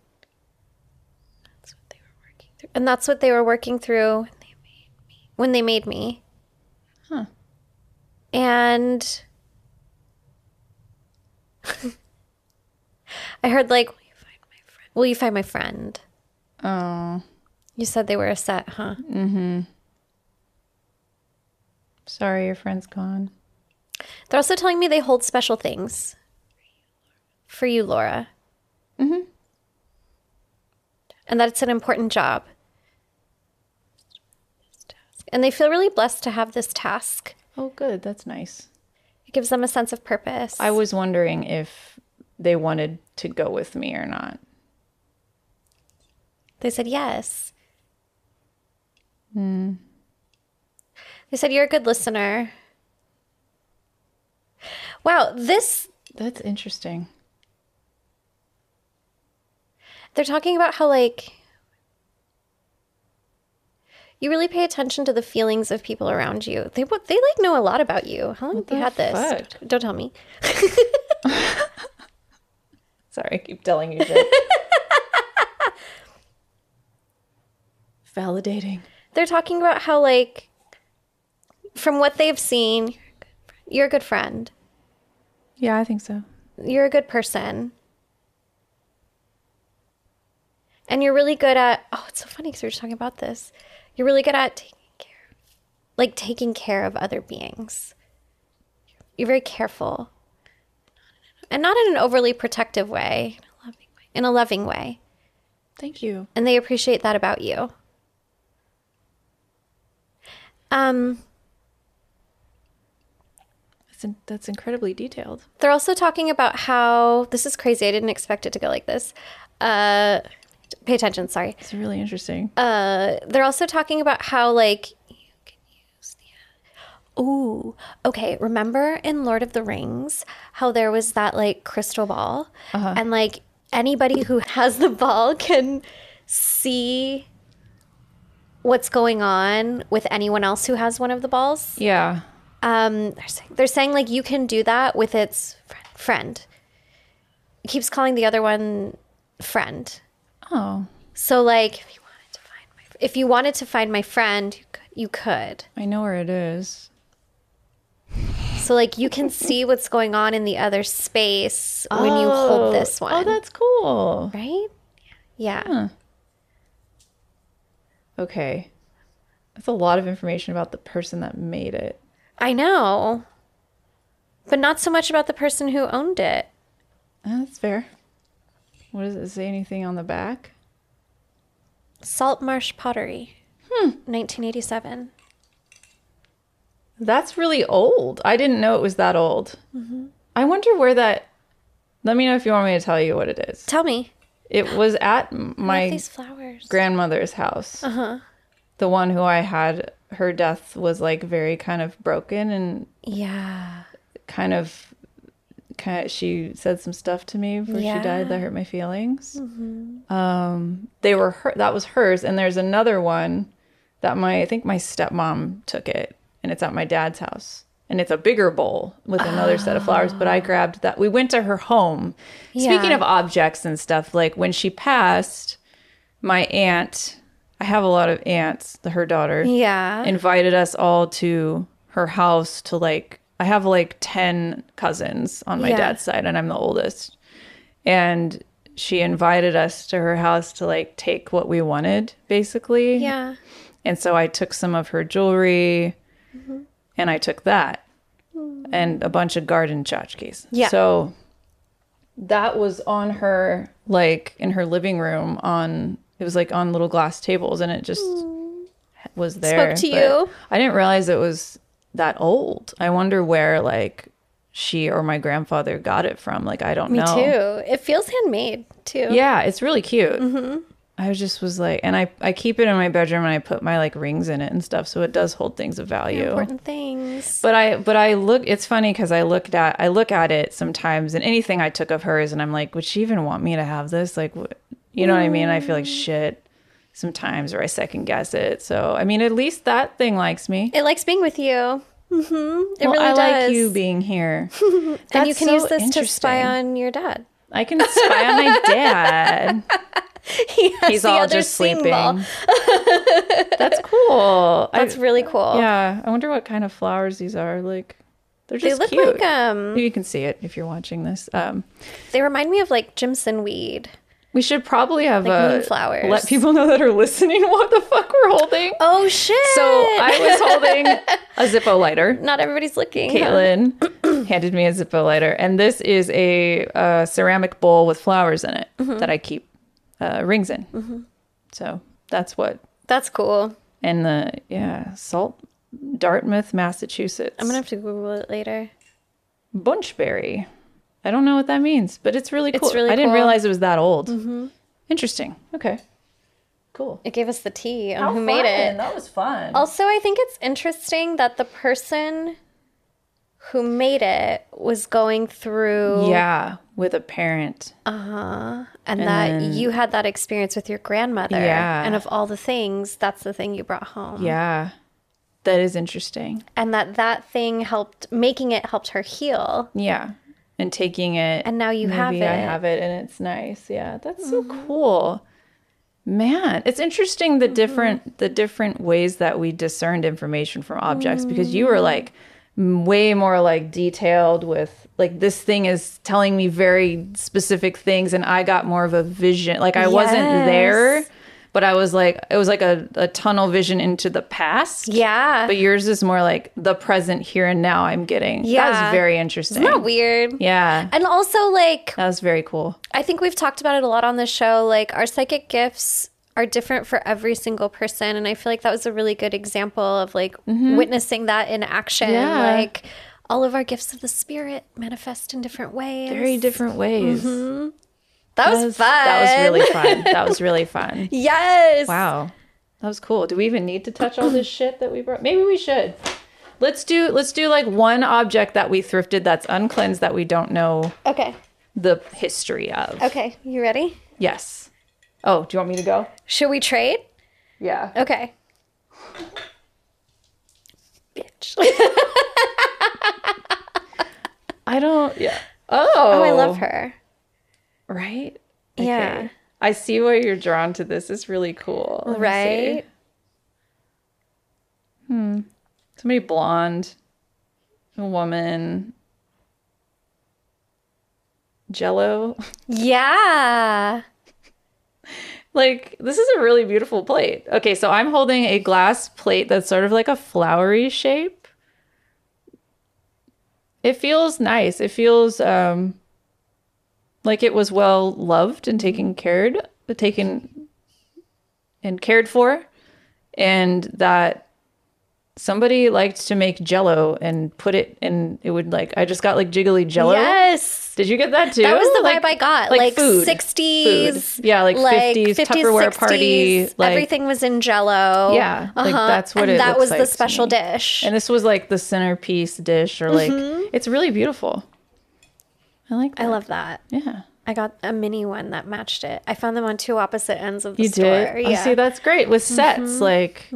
Speaker 2: That's what they were working through. And that's what they were working through when they made me. When they made me.
Speaker 1: Huh.
Speaker 2: And I heard, like, will you find my friend? Will you find my friend?
Speaker 1: Oh,
Speaker 2: You said they were a set, huh?
Speaker 1: sorry, your friend's gone.
Speaker 2: They're also telling me they hold special things for you, Laura. Mm-hmm. And that it's an important job. And they feel really blessed to have this task.
Speaker 1: Oh, good. That's nice.
Speaker 2: It gives them a sense of purpose.
Speaker 1: I was wondering if they wanted to go with me or not.
Speaker 2: they said yes. They said you're a good listener. Wow, this
Speaker 1: That's interesting.
Speaker 2: they're talking about how like you really pay attention to the feelings of people around you. They wa- they like know a lot about you. How long have
Speaker 1: the
Speaker 2: you had this?
Speaker 1: fuck?
Speaker 2: Don't- Don't tell me.
Speaker 1: Sorry, I keep telling you shit. Validating.
Speaker 2: They're talking about how like from what they've seen, you're a good friend.
Speaker 1: Yeah, I think so.
Speaker 2: You're a good person. And you're really good at oh, it's so funny because we were talking about this. You're really good at taking care of like taking care of other beings. You're very careful. And not in an overly protective way. In a loving way. In a loving way.
Speaker 1: Thank you.
Speaker 2: And they appreciate that about you. Um
Speaker 1: That's in, that's incredibly detailed.
Speaker 2: They're also talking about how this is crazy. I didn't expect it to go like this. Uh, pay attention. Sorry.
Speaker 1: It's really interesting.
Speaker 2: Uh, they're also talking about how like you can use the. Ooh, okay. Remember in Lord of the Rings how there was that like crystal ball, and like anybody who has the ball can see what's going on with anyone else who has one of the balls
Speaker 1: yeah.
Speaker 2: um, they're, saying, they're saying like you can do that with its fr- friend. It keeps calling the other one friend.
Speaker 1: Oh,
Speaker 2: So like if you wanted to find my fr- if you wanted to find my friend, you could, you could.
Speaker 1: I know where it is.
Speaker 2: So like you can see what's going on in the other space when you hold this one,
Speaker 1: Oh, that's cool.
Speaker 2: right? Yeah.
Speaker 1: Okay. That's a lot of information about the person that made it.
Speaker 2: I know. But not so much about the person who owned it.
Speaker 1: Uh, that's fair. What does it say? Anything on the back? Hmm.
Speaker 2: Salt Marsh Pottery. 1987.
Speaker 1: That's really old. I didn't know it was that old. I wonder where that. Let me know if you want me to tell you what it is.
Speaker 2: Tell me.
Speaker 1: It was at
Speaker 2: I
Speaker 1: my
Speaker 2: have these flowers.
Speaker 1: grandmother's house. The one who I had, her death was like very kind of broken and
Speaker 2: yeah.
Speaker 1: kind of, kind of she said some stuff to me before she died that hurt my feelings. Um, they were her, that was hers, and there's another one that my I think my stepmom took it, and it's at my dad's house. And it's a bigger bowl with another set of flowers, but I grabbed that. We went to her home. Speaking
Speaker 2: Yeah.
Speaker 1: of objects and stuff, like when she passed, my aunt, I have a lot of aunts, the- her daughter,
Speaker 2: Yeah.
Speaker 1: invited us all to her house to like, I have like 10 cousins on my
Speaker 2: Yeah.
Speaker 1: dad's side, and I'm the oldest. And she invited us to her house to like take what we wanted, basically.
Speaker 2: yeah.
Speaker 1: And so I took some of her jewelry
Speaker 2: Mm-hmm.
Speaker 1: and I took that and a bunch of garden tchotchkes.
Speaker 2: Mm. Yeah.
Speaker 1: So that was on her, like in her living room, on it was like on little glass tables and it just was there.
Speaker 2: Mm. to
Speaker 1: but
Speaker 2: you.
Speaker 1: I didn't realize it was that old. I wonder where, like, she or my grandfather got it from. Like, I don't
Speaker 2: Me
Speaker 1: know.
Speaker 2: too. It feels handmade too.
Speaker 1: Yeah, it's really cute.
Speaker 2: Mm-hmm.
Speaker 1: I was just was like, and I I keep it in my bedroom and I put my like rings in it and stuff, so it does hold things of value.
Speaker 2: Important things.
Speaker 1: But I but I look. It's funny because I looked at I look at it sometimes, and anything I took of hers, and I'm like, would she even want me to have this? Like, what, you know what I mean? I feel like
Speaker 2: Mm.
Speaker 1: shit sometimes, or I second guess it. So I mean, at least that thing likes me.
Speaker 2: It likes being with you. hmm It
Speaker 1: Well,
Speaker 2: really
Speaker 1: I
Speaker 2: does.
Speaker 1: like you being here.
Speaker 2: and you
Speaker 1: That's
Speaker 2: can
Speaker 1: so
Speaker 2: use this to spy
Speaker 1: interesting.
Speaker 2: on your dad.
Speaker 1: I can spy on my dad. He's
Speaker 2: the
Speaker 1: all
Speaker 2: other
Speaker 1: just
Speaker 2: scene
Speaker 1: sleeping.
Speaker 2: ball.
Speaker 1: That's cool. I-
Speaker 2: That's really cool.
Speaker 1: Yeah, I wonder what kind of flowers these are. Like, they're
Speaker 2: They
Speaker 1: just
Speaker 2: look
Speaker 1: cute.
Speaker 2: like um
Speaker 1: you can see it if you're watching this. Um,
Speaker 2: they remind me of like Jimson weed.
Speaker 1: we should probably have
Speaker 2: Like
Speaker 1: a
Speaker 2: moonflowers.
Speaker 1: Let people know that are listening what the fuck we're holding.
Speaker 2: Oh shit.
Speaker 1: So I was holding a Zippo lighter.
Speaker 2: not everybody's looking. huh?
Speaker 1: Caitlin handed me a Zippo lighter, and this is a, uh ceramic bowl with flowers in it
Speaker 2: Mm-hmm.
Speaker 1: that I keep uh, rings in. So that's what.
Speaker 2: That's cool.
Speaker 1: And the yeah, Salt, Dartmouth, Massachusetts.
Speaker 2: I'm gonna have to Google it later.
Speaker 1: Bunchberry. I don't know what that means, but it's really cool.
Speaker 2: really
Speaker 1: I didn't
Speaker 2: cool. Mm-hmm.
Speaker 1: realize it was that old. Interesting. Okay. Cool.
Speaker 2: It gave us the tea on who made it.
Speaker 1: That was fun.
Speaker 2: Also, I think it's interesting that the person who made it was going through
Speaker 1: yeah, with a parent.
Speaker 2: and, that
Speaker 1: then-
Speaker 2: you had that experience with your grandmother.
Speaker 1: Yeah.
Speaker 2: And of all the things, that's the thing you brought home.
Speaker 1: Yeah. That is interesting.
Speaker 2: And that that thing helped making it helped her heal.
Speaker 1: Yeah. And taking it.
Speaker 2: And now you have
Speaker 1: Maybe I
Speaker 2: it. Mm-hmm.
Speaker 1: have it and it's nice. Yeah. That's so cool. Man, it's interesting the different the different ways that we discerned information from objects because you were
Speaker 2: Mm-hmm.
Speaker 1: like m- way more like detailed with like this thing is telling me very specific things and I got more of a vision. Like I wasn't there,
Speaker 2: Yes.
Speaker 1: but I was like it was like a, a tunnel vision into the past.
Speaker 2: Yeah.
Speaker 1: But yours is more like the present here and now I'm getting. That
Speaker 2: Yeah.
Speaker 1: was very interesting.
Speaker 2: Isn't that weird?
Speaker 1: Yeah.
Speaker 2: And also like
Speaker 1: That was very cool.
Speaker 2: I think we've talked about it a lot on the show. Like our psychic gifts are different for every single person, and I feel like that was a really good example of like witnessing that in action.
Speaker 1: Yeah.
Speaker 2: Like all of our gifts of the spirit manifest in different ways.
Speaker 1: Very different ways.
Speaker 2: Mm-hmm. that, was fun.
Speaker 1: That was really fun. That was really fun.
Speaker 2: yes.
Speaker 1: Wow. That was cool. Do we even need to touch all this shit that we brought? Maybe we should. Let's do let's do like one object that we thrifted that's uncleansed that we don't know
Speaker 2: Okay.
Speaker 1: the history of.
Speaker 2: Okay. You ready?
Speaker 1: Yes. Oh, do you want me to go?
Speaker 2: Should we trade?
Speaker 1: Yeah.
Speaker 2: Okay. Bitch.
Speaker 1: I don't yeah. Oh. Oh,
Speaker 2: I love her.
Speaker 1: Right?
Speaker 2: Yeah.
Speaker 1: I see why you're drawn to this. It's really cool. Let me see. Hmm.
Speaker 2: Right?
Speaker 1: Somebody blonde, a woman, jello.
Speaker 2: Yeah.
Speaker 1: Like, this is a really beautiful plate. Okay, so I'm holding a glass plate that's sort of like a flowery shape. It feels nice. It feels um like it was well loved and taken cared taken and cared for and that somebody liked to make jello and put it and it would like I just got like jiggly jello.
Speaker 2: Yes.
Speaker 1: Did you get that too?
Speaker 2: That was the
Speaker 1: Like-
Speaker 2: vibe I got. Like, 60s.
Speaker 1: Food. Yeah, like, 50s, Tupperware party.
Speaker 2: 60s,
Speaker 1: Like,
Speaker 2: everything was in jello. Uh-huh.
Speaker 1: Yeah, like, that's what
Speaker 2: and
Speaker 1: it
Speaker 2: that
Speaker 1: looks
Speaker 2: was
Speaker 1: like
Speaker 2: the
Speaker 1: to
Speaker 2: special
Speaker 1: me.
Speaker 2: dish. Mm-hmm.
Speaker 1: And this was like the centerpiece dish, or like it's really beautiful. I like that.
Speaker 2: I love that.
Speaker 1: Yeah.
Speaker 2: I got a mini one that matched it. I found them on two opposite ends of the
Speaker 1: You
Speaker 2: store.
Speaker 1: did.
Speaker 2: Yeah. Mm-hmm.
Speaker 1: Oh, see, that's great with sets. Like,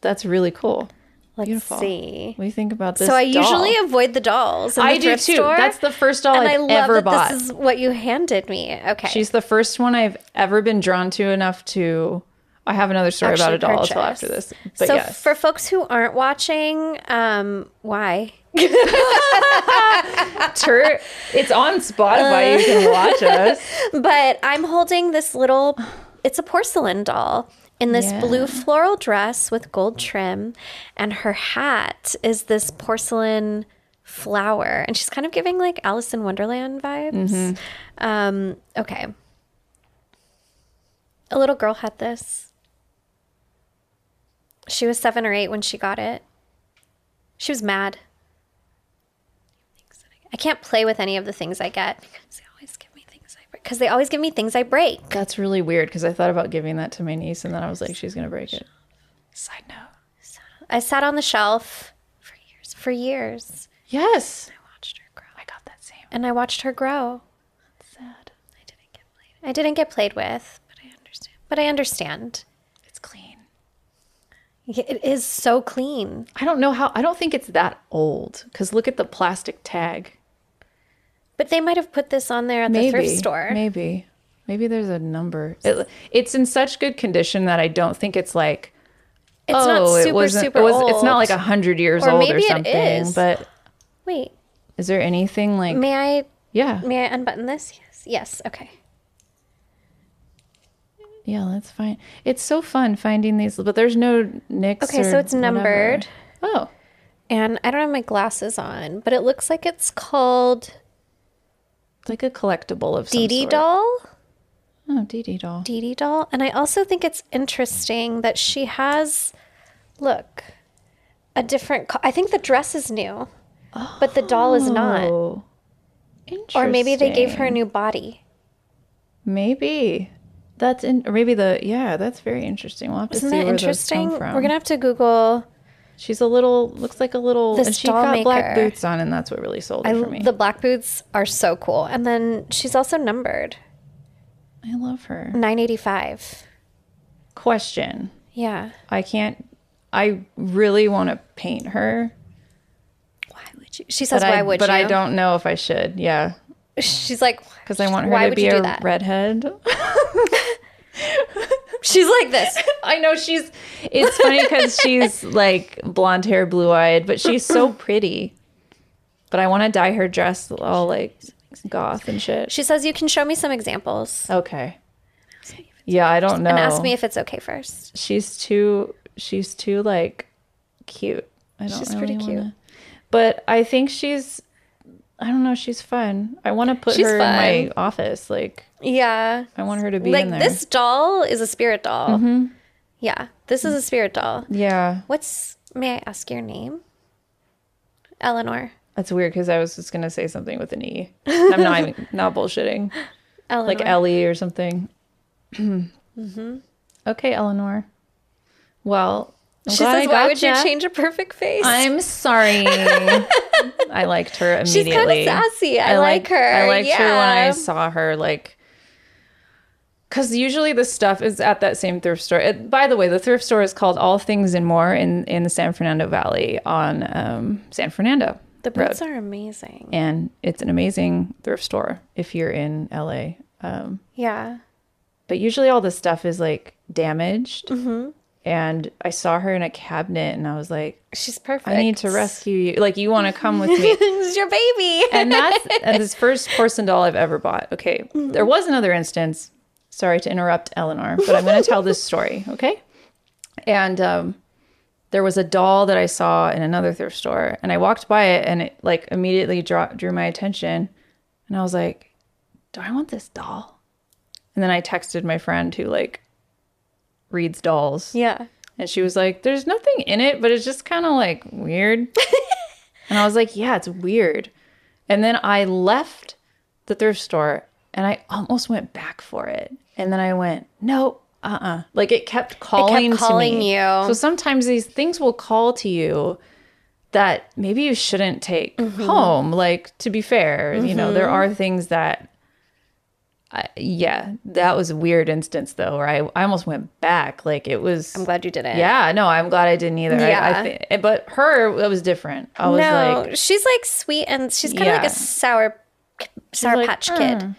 Speaker 1: that's really cool.
Speaker 2: Let's
Speaker 1: beautiful.
Speaker 2: see.
Speaker 1: What do you think about this?
Speaker 2: So I
Speaker 1: doll?
Speaker 2: usually avoid the dolls. In the
Speaker 1: I do
Speaker 2: thrift
Speaker 1: too.
Speaker 2: Store,
Speaker 1: That's the first doll
Speaker 2: and
Speaker 1: I've
Speaker 2: I love
Speaker 1: ever
Speaker 2: that
Speaker 1: bought.
Speaker 2: This is what you handed me. Okay.
Speaker 1: She's the first one I've ever been drawn to enough to. I have another story about
Speaker 2: actually
Speaker 1: a doll as well
Speaker 2: purchase.
Speaker 1: after this. But
Speaker 2: so
Speaker 1: yes,
Speaker 2: for folks who aren't watching, um, why?
Speaker 1: Tur- it's on Spotify. you
Speaker 2: Uh.
Speaker 1: can watch us.
Speaker 2: But I'm holding this little. It's a porcelain doll in this
Speaker 1: Yeah.
Speaker 2: blue floral dress with gold trim, and her hat is this porcelain flower, and she's kind of giving like Alice in Wonderland vibes. Um, okay. A little girl had this. She was seven or eight when she got it. She was mad. I can't play with any of the things I get because they always give me things I break. Because they always give me things I break.
Speaker 1: That's really weird because I thought about giving that to my niece and then I was like, she's gonna break it. Side note.
Speaker 2: I sat on the shelf for years. For years,
Speaker 1: Yes.
Speaker 2: I watched her grow,
Speaker 1: I got that same.
Speaker 2: and I watched her grow.
Speaker 1: Sad.
Speaker 2: I didn't get played. I didn't get played with, but I understand. But I understand.
Speaker 1: It's clean.
Speaker 2: Yeah, It is so clean.
Speaker 1: I don't know how. I don't think it's that old because look at the plastic tag.
Speaker 2: But they might have put this on there at the thrift store.
Speaker 1: Maybe. Maybe there's a number. It, it's in such good condition that I don't think it's like.
Speaker 2: It's
Speaker 1: oh,
Speaker 2: not super
Speaker 1: it wasn't,
Speaker 2: super
Speaker 1: it wasn't-
Speaker 2: old.
Speaker 1: It's not like a hundred years
Speaker 2: Or
Speaker 1: old or
Speaker 2: maybe it
Speaker 1: something.
Speaker 2: is.
Speaker 1: But
Speaker 2: Wait,
Speaker 1: is there anything like?
Speaker 2: may I
Speaker 1: yeah.
Speaker 2: may I unbutton this? Yes. Yes. Okay.
Speaker 1: Yeah, that's fine. It's so fun finding these, but there's no nicks.
Speaker 2: Okay,
Speaker 1: or
Speaker 2: so it's
Speaker 1: whatever.
Speaker 2: numbered.
Speaker 1: Oh.
Speaker 2: And I don't have my glasses on, but it looks like it's called
Speaker 1: like a collectible of some
Speaker 2: Dee Dee
Speaker 1: sort.
Speaker 2: Doll.
Speaker 1: Oh, Dee Dee doll.
Speaker 2: Dee Dee doll. And I also think it's interesting that she has, look, a different. Co- I think the dress is new, but the doll is not.
Speaker 1: Oh, interesting.
Speaker 2: Or maybe they gave
Speaker 1: Oh,
Speaker 2: her a new body.
Speaker 1: Maybe that's in. Or maybe the yeah. That's very interesting. We'll have to
Speaker 2: Isn't
Speaker 1: see
Speaker 2: that
Speaker 1: where
Speaker 2: interesting?
Speaker 1: those come from.
Speaker 2: We're gonna have to Google
Speaker 1: She's a little. Looks like a little.
Speaker 2: This
Speaker 1: and she
Speaker 2: doll
Speaker 1: got black
Speaker 2: maker.
Speaker 1: boots on, and that's what really sold it for me.
Speaker 2: the black boots are so cool, and then she's also numbered
Speaker 1: I love her.
Speaker 2: nine eighty five.
Speaker 1: Question.
Speaker 2: Yeah.
Speaker 1: I can't. I really want to paint her,
Speaker 2: Why would you? She says,
Speaker 1: but
Speaker 2: "Why
Speaker 1: I
Speaker 2: would
Speaker 1: but
Speaker 2: you?"
Speaker 1: I don't know if I should. Yeah,
Speaker 2: She's like,
Speaker 1: because I want her
Speaker 2: Why
Speaker 1: to
Speaker 2: would
Speaker 1: be
Speaker 2: you do
Speaker 1: a
Speaker 2: that?
Speaker 1: redhead.
Speaker 2: She's like this.
Speaker 1: I know she's. It's funny because she's like blonde hair, blue eyed, but she's so pretty. But I want to dye her dress all like goth and shit.
Speaker 2: She says, "You can show me some examples
Speaker 1: Okay. Yeah, I don't know.
Speaker 2: and ask me if it's okay first.
Speaker 1: she's too. She's too like cute. I don't.
Speaker 2: She's pretty
Speaker 1: really
Speaker 2: cute.
Speaker 1: wanna- But I think she's. I don't know. She's fun. I want to put
Speaker 2: She's
Speaker 1: her in
Speaker 2: fun.
Speaker 1: my office. Like
Speaker 2: Yeah.
Speaker 1: I want her to be
Speaker 2: like
Speaker 1: in there. Mm-hmm.
Speaker 2: this doll is a spirit doll. Yeah, this is a spirit doll.
Speaker 1: Yeah,
Speaker 2: What's may I ask your name? Eleanor.
Speaker 1: that's weird because I was just gonna say something with an e. I'm not. I'm not bullshitting.
Speaker 2: Eleanor. Mm-hmm.
Speaker 1: like Ellie or something. Okay, Eleanor. Well, I'm
Speaker 2: She
Speaker 1: glad I
Speaker 2: says, "Why
Speaker 1: got
Speaker 2: would you
Speaker 1: ya."
Speaker 2: change a perfect face?"
Speaker 1: I'm sorry. I liked her
Speaker 2: She's
Speaker 1: immediately.
Speaker 2: kind of sassy. I, like, her.
Speaker 1: I liked
Speaker 2: yeah.
Speaker 1: her when I saw her. Like, because usually the stuff is at that same thrift store. It, by the way, the thrift store is called All Things and More in in the San Fernando Valley on um, San Fernando.
Speaker 2: The boots are amazing.
Speaker 1: And it's an amazing thrift store if you're in LA. Um,
Speaker 2: Yeah.
Speaker 1: but usually all this stuff is like damaged.
Speaker 2: Mm-hmm.
Speaker 1: And I saw her in a cabinet and I was like,
Speaker 2: She's perfect.
Speaker 1: I need to rescue you. Like, you want to come with me.
Speaker 2: This is your baby.
Speaker 1: and that's and this first porcelain doll I've ever bought. Okay. There was another instance. Sorry to interrupt, Eleanor, but I'm going to tell this story. Okay. And um, there was a doll that I saw in another thrift store and I walked by it and it like immediately draw, drew my attention. And I was like, do I want this doll? And then I texted my friend who like reads dolls.
Speaker 2: yeah.
Speaker 1: And she was like, There's nothing in it, but it's just kind of like weird. and I was like, Yeah, it's weird. And then I left the thrift store and I almost went back for it. And then I went, Nope. Uh uh Like it kept calling, to
Speaker 2: calling
Speaker 1: me.
Speaker 2: you.
Speaker 1: So sometimes these things will call to you that maybe you shouldn't take
Speaker 2: Mm-hmm.
Speaker 1: home. Like, to be fair, you know, there are things that yeah, that was a weird instance though, where I, I almost went back. Like it was.
Speaker 2: I'm glad you didn't.
Speaker 1: Yeah, no, I'm glad I didn't either. I,
Speaker 2: Yeah.
Speaker 1: I thi- eh, but her, it was different. I was
Speaker 2: no,
Speaker 1: like,
Speaker 2: she's like sweet and she's kind of like
Speaker 1: Yeah.
Speaker 2: a sour, sour
Speaker 1: like,
Speaker 2: patch kid.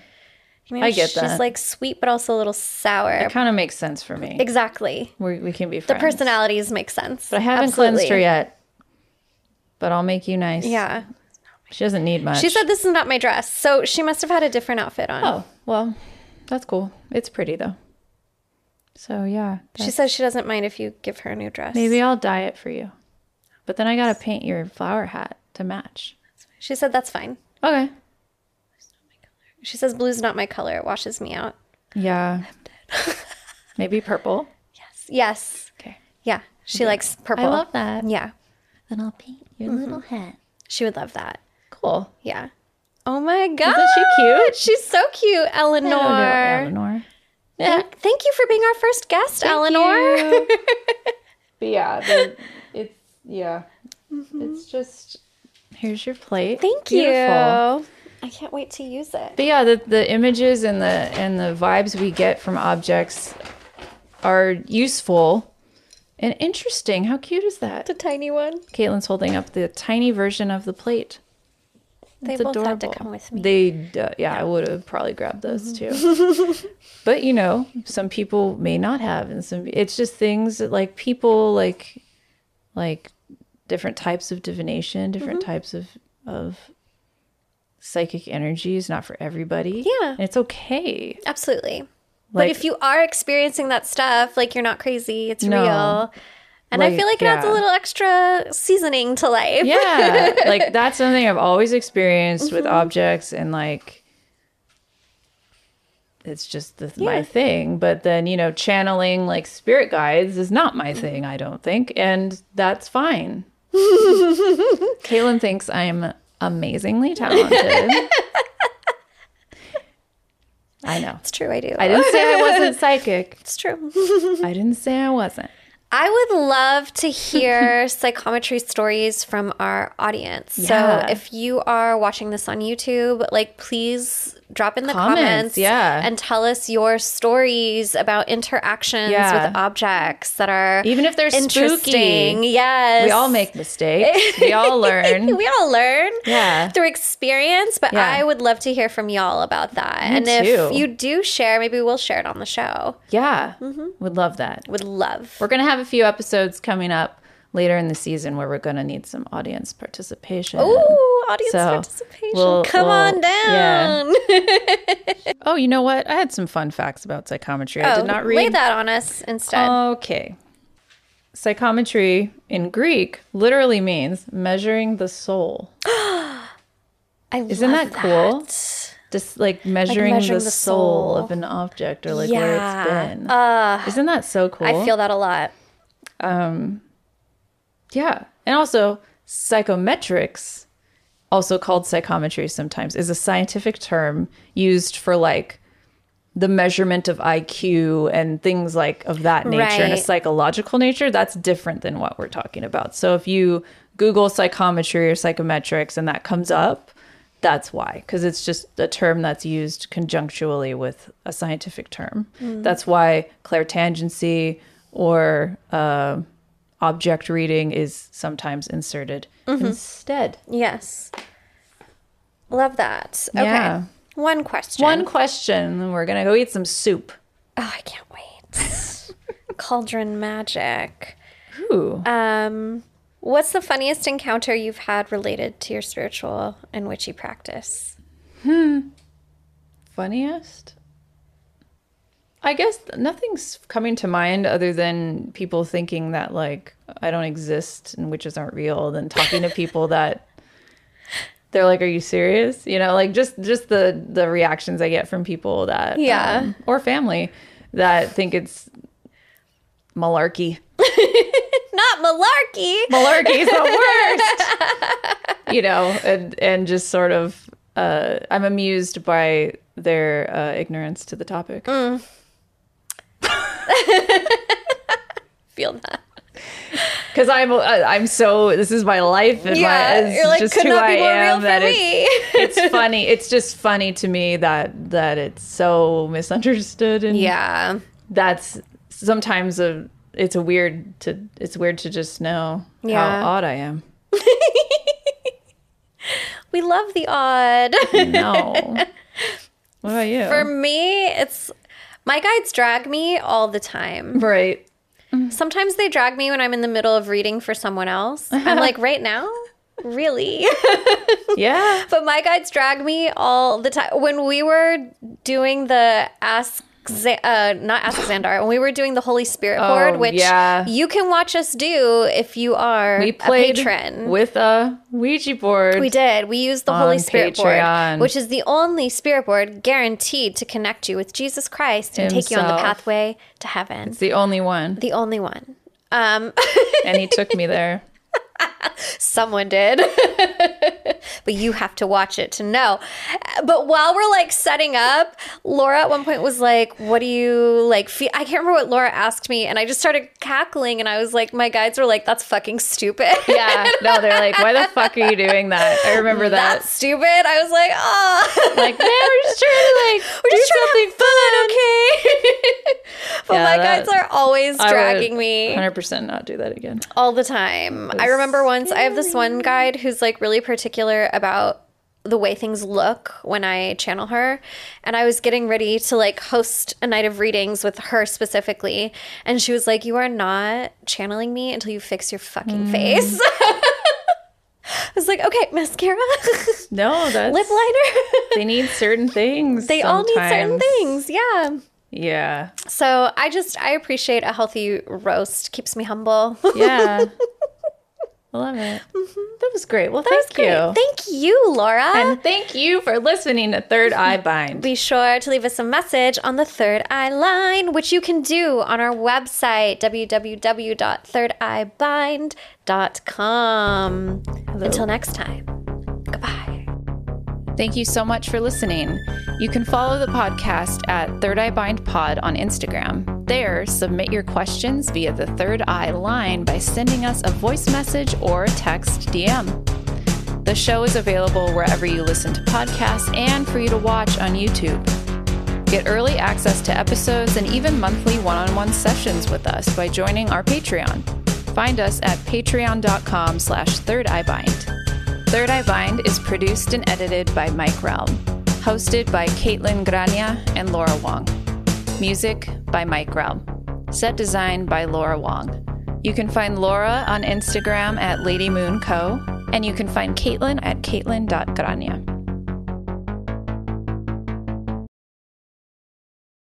Speaker 2: You know,
Speaker 1: I get
Speaker 2: She's
Speaker 1: that.
Speaker 2: like sweet but also a little sour.
Speaker 1: kind of makes sense for me.
Speaker 2: Exactly.
Speaker 1: we we can be
Speaker 2: The
Speaker 1: friends.
Speaker 2: personalities make sense.
Speaker 1: But I haven't cleansed her yet. But I'll make you nice.
Speaker 2: Yeah.
Speaker 1: She doesn't need much.
Speaker 2: She said this is not my dress. So she must have had a different outfit on.
Speaker 1: oh, well, that's cool. It's pretty though. So yeah,
Speaker 2: She
Speaker 1: that-
Speaker 2: says she doesn't mind if you give her a new dress.
Speaker 1: maybe I'll dye it for you. But then I gotta paint your flower hat to match.
Speaker 2: She said that's fine.
Speaker 1: Okay.
Speaker 2: She says blue's not my color. It washes me out.
Speaker 1: Yeah. Maybe purple.
Speaker 2: Yes.
Speaker 1: Okay.
Speaker 2: Yeah. She likes purple.
Speaker 1: that.
Speaker 2: Yeah. Mm-hmm.
Speaker 1: Then I'll paint your little hat.
Speaker 2: She would love that.
Speaker 1: Cool.
Speaker 2: Yeah. Oh my god.
Speaker 1: Isn't she cute?
Speaker 2: She's so cute, Eleanor.
Speaker 1: I don't know, Eleanor.
Speaker 2: Thank, thank you for being our first guest, Eleanor.
Speaker 1: But yeah, the, it's yeah. It's just Mm-hmm. here's your plate.
Speaker 2: Thank
Speaker 1: Beautiful.
Speaker 2: you. I can't wait to use it.
Speaker 1: But yeah, the, the images and the and the vibes we get from objects are useful and interesting. How cute is that?
Speaker 2: The tiny one.
Speaker 1: Caitlin's holding up the tiny version of the plate.
Speaker 2: They
Speaker 1: It's
Speaker 2: both
Speaker 1: adorable.
Speaker 2: had to come with me.
Speaker 1: They, uh, yeah, I would have probably grabbed those too.
Speaker 2: Mm-hmm.
Speaker 1: but you know, some people may not have, and some it's just things that like people like, like different types of divination, different
Speaker 2: Mm-hmm.
Speaker 1: types of of psychic energies. Not for everybody.
Speaker 2: Yeah.
Speaker 1: and it's okay.
Speaker 2: Absolutely. but
Speaker 1: Like-
Speaker 2: if you are experiencing that stuff, like you're not crazy, it's
Speaker 1: No.
Speaker 2: real. And I
Speaker 1: Like,
Speaker 2: feel like it adds a
Speaker 1: yeah.
Speaker 2: little extra seasoning to life.
Speaker 1: yeah like that's something i've always experienced with
Speaker 2: Mm-hmm.
Speaker 1: objects and like it's just the, my thing but then you know channeling like spirit guides is not my thing i don't think and that's fine caitlin thinks i'm amazingly talented i know
Speaker 2: It's true, I do.
Speaker 1: i didn't say i wasn't psychic
Speaker 2: it's true.
Speaker 1: i didn't say i wasn't
Speaker 2: I would love to hear psychometry stories from our audience.
Speaker 1: Yeah.
Speaker 2: So if you are watching this on YouTube, like please drop in the comments,
Speaker 1: Comments, yeah.
Speaker 2: and tell us your stories about interactions
Speaker 1: Yeah.
Speaker 2: with objects that are
Speaker 1: Even if they're
Speaker 2: interesting.
Speaker 1: spooky.
Speaker 2: Yes.
Speaker 1: we all make mistakes we all learn
Speaker 2: we all learn
Speaker 1: Yeah.
Speaker 2: through experience, but
Speaker 1: Yeah.
Speaker 2: I would love to hear from y'all about that. and
Speaker 1: too.
Speaker 2: if you do share, maybe we'll share it on the show.
Speaker 1: yeah
Speaker 2: Mm-hmm.
Speaker 1: would love that
Speaker 2: Would love.
Speaker 1: We're going to have a few episodes coming up later in the season where we're going to need some audience participation.
Speaker 2: Ooh, audience
Speaker 1: So,
Speaker 2: participation.
Speaker 1: we'll-
Speaker 2: Come
Speaker 1: we'll-
Speaker 2: on down.
Speaker 1: Oh, you know what? I had some fun facts about psychometry. I
Speaker 2: Oh,
Speaker 1: did not read Oh,
Speaker 2: Lay that on us instead.
Speaker 1: Okay. Psychometry in Greek literally means measuring the soul.
Speaker 2: I
Speaker 1: Isn't
Speaker 2: love
Speaker 1: that cool? Just like measuring,
Speaker 2: measuring
Speaker 1: the,
Speaker 2: the
Speaker 1: soul,
Speaker 2: soul.
Speaker 1: of an object or like
Speaker 2: Yeah. Uh,
Speaker 1: where it's been. Isn't that so cool?
Speaker 2: I feel that a lot.
Speaker 1: Yeah. And also, psychometrics, also called psychometry sometimes, is a scientific term used for like the measurement of IQ and things like of that nature and a
Speaker 2: Right.
Speaker 1: psychological nature. That's different than what we're talking about. So if you Google psychometry or psychometrics and that comes up, that's why, because it's just a term that's used conjunctually with a scientific term. That's why clairtangency or um object reading is sometimes inserted instead.
Speaker 2: Yes. Love that. Okay.
Speaker 1: Yeah.
Speaker 2: One question.
Speaker 1: One question, and we're gonna go eat some soup.
Speaker 2: Oh, I can't wait. Cauldron magic.
Speaker 1: Ooh.
Speaker 2: Um, what's the funniest encounter you've had related to your spiritual and witchy practice?
Speaker 1: Funniest? I guess nothing's coming to mind other than people thinking that like I don't exist and witches aren't real, then talking to people that they're like, "Are you serious?" You know, like just just the the reactions I get from people that
Speaker 2: Yeah.
Speaker 1: um, or family that think it's malarkey.
Speaker 2: Not malarkey.
Speaker 1: Malarkey is the worst. you know, and and just sort of uh, I'm amused by their uh, ignorance to the topic.
Speaker 2: Mm. Feel that.
Speaker 1: Because I'm uh, I'm so this is my life and my it's
Speaker 2: you're like,
Speaker 1: just
Speaker 2: could
Speaker 1: who
Speaker 2: not
Speaker 1: I
Speaker 2: be more
Speaker 1: am.
Speaker 2: real
Speaker 1: that
Speaker 2: for
Speaker 1: it's-
Speaker 2: me.
Speaker 1: it's funny. It's just funny to me that that it's so misunderstood and
Speaker 2: yeah.
Speaker 1: that's sometimes a it's a weird to it's weird to just know
Speaker 2: Yeah.
Speaker 1: how odd I am.
Speaker 2: We love the odd.
Speaker 1: No. what about you?
Speaker 2: For me, it's my guides drag me all the time.
Speaker 1: right. Mm-hmm.
Speaker 2: Sometimes they drag me when I'm in the middle of reading for someone else. I'm like, right now? Really?
Speaker 1: Yeah.
Speaker 2: But my guides drag me all the time. When we were doing the Ask, Za- uh, not Ask Xandar, when we were doing the Holy Spirit board, which
Speaker 1: Oh, yeah.
Speaker 2: you can watch us do if you are
Speaker 1: We played
Speaker 2: a patron.
Speaker 1: with a Ouija board.
Speaker 2: we did. We used the Holy
Speaker 1: on
Speaker 2: Spirit
Speaker 1: Patreon.
Speaker 2: board, which is the only spirit board guaranteed to connect you with Jesus Christ and take you on the
Speaker 1: Himself.
Speaker 2: pathway to heaven.
Speaker 1: It's the only one.
Speaker 2: The only one. Um,
Speaker 1: and he took me there.
Speaker 2: someone did. but you have to watch it to know. But while we're like setting up, Laura at one point was like, What do you like? Fe-? I can't remember what Laura asked me. And I just started cackling. And I was like, My guides were like, That's fucking stupid.
Speaker 1: Yeah. No, they're like, why the fuck are you doing that? I remember that.
Speaker 2: That's stupid. I was like, oh,
Speaker 1: like, man, we're just trying to like
Speaker 2: we're just
Speaker 1: do something
Speaker 2: trying to have fun, okay? but
Speaker 1: Yeah,
Speaker 2: my
Speaker 1: that-
Speaker 2: guides are always
Speaker 1: I would
Speaker 2: dragging me.
Speaker 1: 100% not do that again.
Speaker 2: all the time. I remember once I have this one guide who's like really particular about the way things look when I channel her. And I was getting ready to like host a night of readings with her specifically. And she was like, You are not channeling me until you fix your fucking
Speaker 1: Mm.
Speaker 2: face. I was like, Okay, mascara,
Speaker 1: No, that's
Speaker 2: lip liner.
Speaker 1: they need certain things.
Speaker 2: They all need certain
Speaker 1: sometimes.
Speaker 2: things. Yeah.
Speaker 1: Yeah.
Speaker 2: So I just, I appreciate a healthy roast. Keeps me humble.
Speaker 1: Yeah. I love it. That was great. Well,
Speaker 2: Mm-hmm. That was
Speaker 1: thank you.
Speaker 2: great. Thank you, Laura.
Speaker 1: and thank you for listening to Third Eye Bind.
Speaker 2: Be sure to leave us a message on the Third Eye Line, which you can do on our website, www.thirdeyebind.com. Until next time, goodbye.
Speaker 4: Thank you so much for listening. You can follow the podcast at Third Eye Bind Pod on Instagram. There, submit your questions via the Third Eye line by sending us a voice message or a text DM. The show is available wherever you listen to podcasts and for you to watch on YouTube. Get early access to episodes and even monthly one on one sessions with us by joining our Patreon. Find us at patreon.com slash third eye bind. Third Eye Bind is produced and edited by Mike Realm, hosted by Caitlin Grania and Laura Wong. Music by Mike Realm. Set design by Laura Wong. You can find Laura on Instagram at Lady Moon Co. And you can find Caitlin at caitlin.grania.